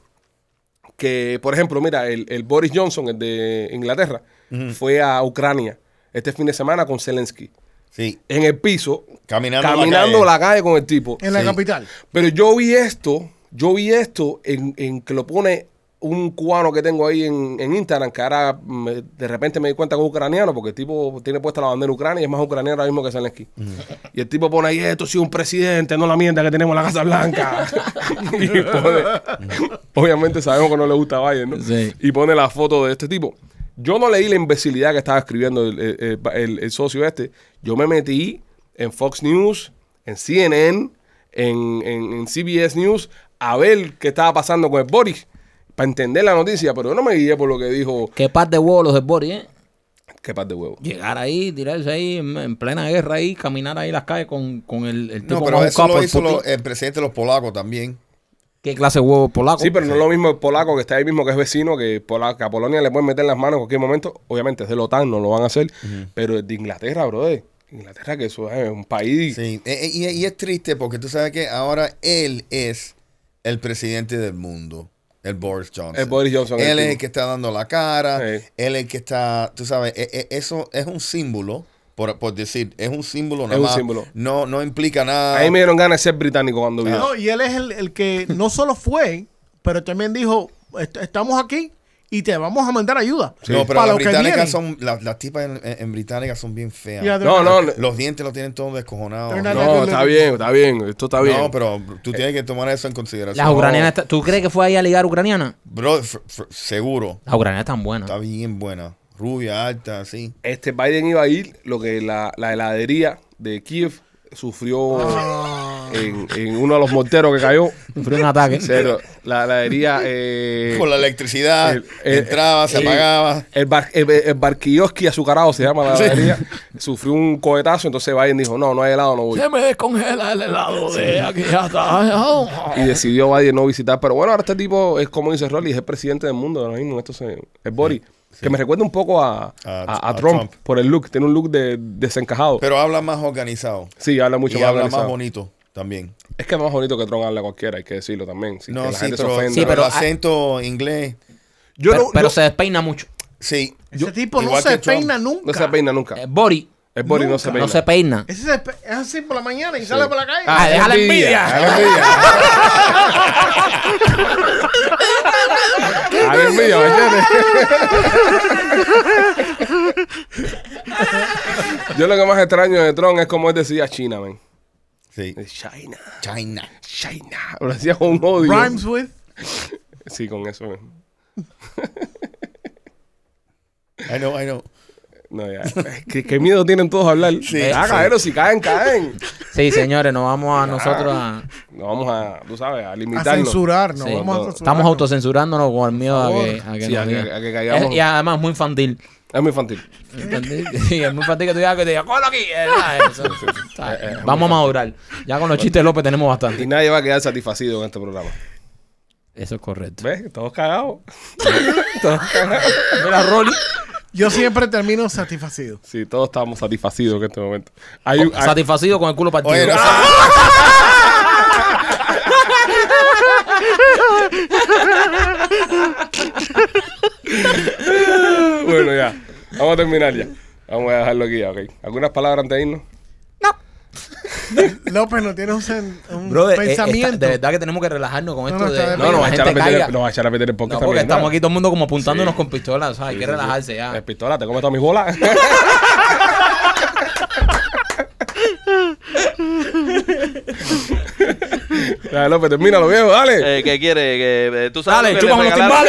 Speaker 1: que, por ejemplo, mira, el, el Boris Johnson, el de Inglaterra, fue a Ucrania este fin de semana con Zelensky.
Speaker 6: Sí,
Speaker 1: En el piso,
Speaker 6: Caminando la
Speaker 1: caminando
Speaker 6: calle.
Speaker 1: la calle con el tipo.
Speaker 4: En la
Speaker 6: Sí.
Speaker 4: capital.
Speaker 1: Pero yo vi esto, yo vi esto en, en que lo pone un cubano que tengo ahí en, en Instagram, que ahora me- de repente me di cuenta que es ucraniano, porque el tipo tiene puesta la bandera ucrania y es más ucraniano ahora mismo que Zelensky. Y el tipo pone ahí, esto sí es un presidente, no la mierda que tenemos en la Casa Blanca. *laughs* Y pone- obviamente sabemos que no le gusta a Biden, ¿no?
Speaker 3: Sí.
Speaker 1: Y pone la foto de este tipo. Yo no leí la imbecilidad que estaba escribiendo el, el- el- el socio este. Yo me metí en Fox News, en CNN, en, en- en CBS News, a ver qué estaba pasando con el Boris, para entender la noticia, pero yo no me guié por lo que dijo,
Speaker 3: Qué par de huevos los de Boris, ¿eh?
Speaker 1: qué par de huevo.
Speaker 3: Llegar ahí, tirarse ahí en, en plena guerra ahí, caminar ahí las calles con, con el, el tipo
Speaker 6: no, pero
Speaker 3: más
Speaker 6: eso
Speaker 3: buscado
Speaker 6: lo
Speaker 3: por
Speaker 6: hizo
Speaker 3: Putin.
Speaker 6: lo- eh, el presidente de los polacos también.
Speaker 3: ¿Qué clase de huevo polaco?
Speaker 1: Sí, pero no es lo mismo el polaco que está ahí mismo, que es vecino, que, pola- que a Polonia le pueden meter las manos en cualquier momento. Obviamente es de la OTAN, no lo van a hacer. Pero el de Inglaterra, brother. Inglaterra, que eso es un país.
Speaker 6: Sí, e- e- y, y es triste porque tú sabes que ahora él es el presidente del mundo, el Boris Johnson.
Speaker 1: El Boris Johnson, el
Speaker 6: Él es
Speaker 1: tipo.
Speaker 6: el que está dando la cara,
Speaker 1: Sí.
Speaker 6: él es el que está, tú sabes, e- e- eso es un símbolo, por, por decir, es un símbolo nada
Speaker 1: Es un
Speaker 6: más.
Speaker 1: símbolo.
Speaker 6: No, no implica nada.
Speaker 1: Ahí me dieron ganas de ser británico cuando vi. eso.
Speaker 4: No, y él es el, el que no solo fue, pero también dijo, "Est- estamos aquí y te vamos a mandar ayuda.
Speaker 6: No, pero
Speaker 4: Para
Speaker 6: las
Speaker 4: lo que viene.
Speaker 6: británicas son, las, las tipas en, en- en británicas son bien feas.
Speaker 4: Ya, de-
Speaker 1: No, no, no,
Speaker 6: Los dientes los tienen todos descojonados.
Speaker 4: Pero
Speaker 6: No,
Speaker 4: nada-
Speaker 1: no, está bien, está bien. Esto está bien.
Speaker 6: no, pero tú tienes que tomar eso en consideración.
Speaker 3: Las ucranianas. está- ¿Tú crees que fue ahí a ligar ucraniana?
Speaker 6: Bro, fr- fr- seguro.
Speaker 3: Las ucranianas están buenas.
Speaker 6: Está bien buena. Rubia, alta, así.
Speaker 1: Este Biden iba a ir, lo que la, la heladería de Kiev sufrió
Speaker 6: Ah.
Speaker 1: en, en uno de los morteros que
Speaker 6: *laughs*
Speaker 1: cayó.
Speaker 3: *laughs* Sufrió un ataque.
Speaker 1: Cero. La heladería. eh,
Speaker 6: Con la electricidad,
Speaker 1: el- el-
Speaker 6: Ah, entraba, se
Speaker 1: el-
Speaker 6: apagaba.
Speaker 1: El, bar, el, el barquilloski azucarado se llama la heladería. Sufrió un cohetazo, entonces Biden dijo, no, no hay helado, no voy.
Speaker 3: me descongela el helado de aquí hasta
Speaker 1: Y decidió Biden no visitar. Pero bueno, ahora este tipo es como dice Rolly, es el presidente del mundo ahora mismo. Esto se, es Boris. Que me recuerda un poco a, a- a
Speaker 6: a
Speaker 1: Trump,
Speaker 6: Trump.
Speaker 1: por el look. Tiene un look de, desencajado.
Speaker 6: Pero habla más organizado.
Speaker 1: sí, habla mucho
Speaker 6: y
Speaker 1: más
Speaker 6: habla
Speaker 1: organizado.
Speaker 6: más bonito también.
Speaker 1: Es que es más bonito que Trump habla cualquiera, hay que decirlo también. sin que
Speaker 6: No,
Speaker 1: la
Speaker 6: sí,
Speaker 1: gente se
Speaker 6: pero,
Speaker 1: ofenda.
Speaker 3: Sí,
Speaker 6: pero
Speaker 3: pero-
Speaker 6: el acento inglés.
Speaker 1: yo
Speaker 3: pero,
Speaker 1: no,
Speaker 3: pero
Speaker 1: yo-
Speaker 3: se despeina mucho.
Speaker 6: Sí.
Speaker 4: Ese tipo no
Speaker 6: igual
Speaker 4: se
Speaker 6: que Trump.
Speaker 4: peina nunca.
Speaker 1: no se peina nunca.
Speaker 3: Eh, Boris
Speaker 1: El Boris no
Speaker 4: nunca.
Speaker 1: se peina.
Speaker 3: no
Speaker 1: *laughs*
Speaker 3: se peina.
Speaker 4: Ese se pe- es así por la mañana y sale por la calle.
Speaker 3: Ah, deja la envidia.
Speaker 1: Déjala envidia. Déjala envidia, ¿me entiendes?
Speaker 4: *laughs*
Speaker 1: Yo lo que más extraño de Tron es como él decía China, man.
Speaker 6: Sí.
Speaker 1: China,
Speaker 6: China.
Speaker 1: China. Lo decía con un odio.
Speaker 4: Rhymes with.
Speaker 1: Sí, con eso. man.
Speaker 6: I know, I know.
Speaker 1: No, ya. ¿Qué, qué miedo tienen todos a hablar.
Speaker 6: Sí,
Speaker 1: ah,
Speaker 6: sí.
Speaker 1: cabrón, si caen, caen.
Speaker 3: Sí, señores, nos vamos a nosotros a...
Speaker 1: No vamos a, tú sabes, a
Speaker 4: A
Speaker 1: limitarnos.
Speaker 4: censurar, no
Speaker 3: Sí.
Speaker 4: vamos a
Speaker 1: Estamos
Speaker 4: censurar.
Speaker 3: Estamos autocensurándonos con el miedo a que, a que
Speaker 1: Sí,
Speaker 3: nos
Speaker 1: a que-
Speaker 3: digan.
Speaker 1: a que caigamos.
Speaker 3: Es- y además muy infantil.
Speaker 1: Es muy infantil.
Speaker 3: ¿Entendí? *laughs* Sí, es muy infantil que tú digas que te diga, "Colo aquí! eh, ah, eso, está
Speaker 1: Eh,
Speaker 3: bien. Vamos a madurar. Ya con los chistes de López tenemos
Speaker 1: Y
Speaker 3: bastante.
Speaker 1: nadie va a quedar satisfacido en este programa.
Speaker 3: Eso es correcto.
Speaker 1: ¿Ves? Todos cagados.
Speaker 3: Mira, Rolly.
Speaker 4: Yo siempre termino satisfacido.
Speaker 1: Sí, todos estamos satisfacidos en este momento. Hay,
Speaker 4: Oh,
Speaker 1: un- hay-
Speaker 3: Satisfacido con el culo partido. Ah,
Speaker 6: Oye, no,
Speaker 1: bueno, ya. Vamos a terminar ya. Vamos a dejarlo aquí ya, ok. ¿Algunas palabras antes de irnos?
Speaker 4: López, no tienes un, sen- un
Speaker 3: Brother, eh, está-
Speaker 4: pensamiento.
Speaker 3: de verdad que tenemos que relajarnos con
Speaker 4: No,
Speaker 3: esto
Speaker 4: no, está
Speaker 3: de
Speaker 4: de
Speaker 1: No,
Speaker 3: que
Speaker 1: nos va,
Speaker 3: la
Speaker 1: a echar a
Speaker 3: gente
Speaker 1: meter,
Speaker 3: caiga.
Speaker 1: nos va a echar a meter el podcast
Speaker 3: No, porque
Speaker 1: también,
Speaker 3: estamos
Speaker 1: ¿no?
Speaker 3: aquí todo el mundo como apuntándonos con pistolas, o sea, hay que relajarse ya.
Speaker 1: Es pistola, te comes todas mis *laughs* bolas. Dale, López, termínalo, viejo, dale.
Speaker 5: Eh, ¿Qué quiere? Que, eh, ¿Tú
Speaker 3: Dale,
Speaker 5: sabes lo que le
Speaker 3: chúpame los
Speaker 5: regalaron?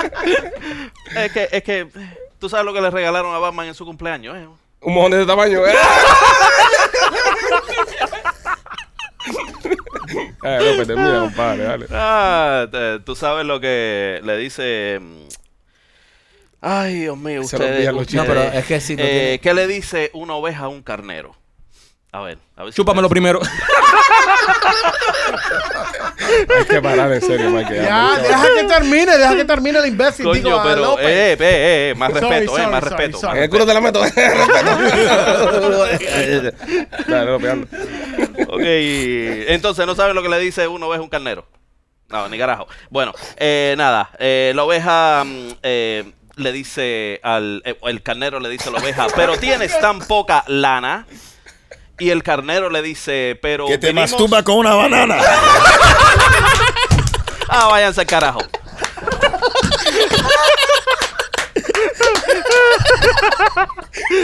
Speaker 3: timbales.
Speaker 5: Es que, es que, eh, ¿tú sabes lo que le regalaron a Batman en su cumpleaños? eh?
Speaker 1: Un mojón de ese *laughs* tamaño. Eh, López, termina, compadre, dale.
Speaker 5: Ah, te- tú sabes lo que le dice... mm, Ay, Dios mío,
Speaker 1: Se le
Speaker 5: ustedes...
Speaker 1: olvidan los
Speaker 5: ustedes-
Speaker 3: chistes. No, pero es que sí, no
Speaker 5: eh,
Speaker 3: tiene-
Speaker 5: ¿Qué le dice una oveja a un carnero? A ver, a ver si-
Speaker 3: Chúpamelo primero. *laughs*
Speaker 1: Hay que parar en serio, Mike.
Speaker 4: Ya, deja que termine, deja que termine el imbécil.
Speaker 5: Coño,
Speaker 4: digo, a
Speaker 5: pero...
Speaker 4: López.
Speaker 5: Eh, eh, eh, eh, más
Speaker 4: Sorry,
Speaker 5: respeto, eh,
Speaker 4: sorry,
Speaker 5: más
Speaker 4: sorry,
Speaker 5: respeto.
Speaker 4: sorry.
Speaker 1: En el culo te la meto. *laughs* dale, López, anda.
Speaker 5: Ok, entonces no sabes lo que le dice una oveja a un carnero. No, ni carajo. Bueno, eh, nada, eh, la oveja mm, eh, le dice al... eh, el carnero le dice a la oveja, pero tienes tan poca lana. Y el carnero le dice, pero...
Speaker 6: que te
Speaker 5: vinimos-
Speaker 6: masturba con una banana.
Speaker 5: Ah, váyanse al carajo.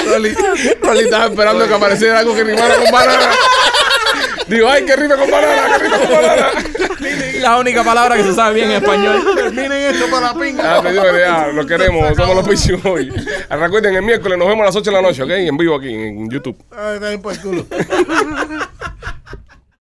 Speaker 1: Rolly, Rolly estaba esperando que apareciera algo que rimara con banana. Digo, ay, que rime con banana, que rime con banana.
Speaker 3: la única palabra que se sabe bien en español.
Speaker 4: Terminen esto para la pinga.
Speaker 1: Ah, señores, ya, los queremos, somos los pichos hoy. Recuerden, el miércoles nos vemos a las 8 de la noche, ¿ok? En vivo aquí, en YouTube.
Speaker 4: Ah, está bien por el pues, culo.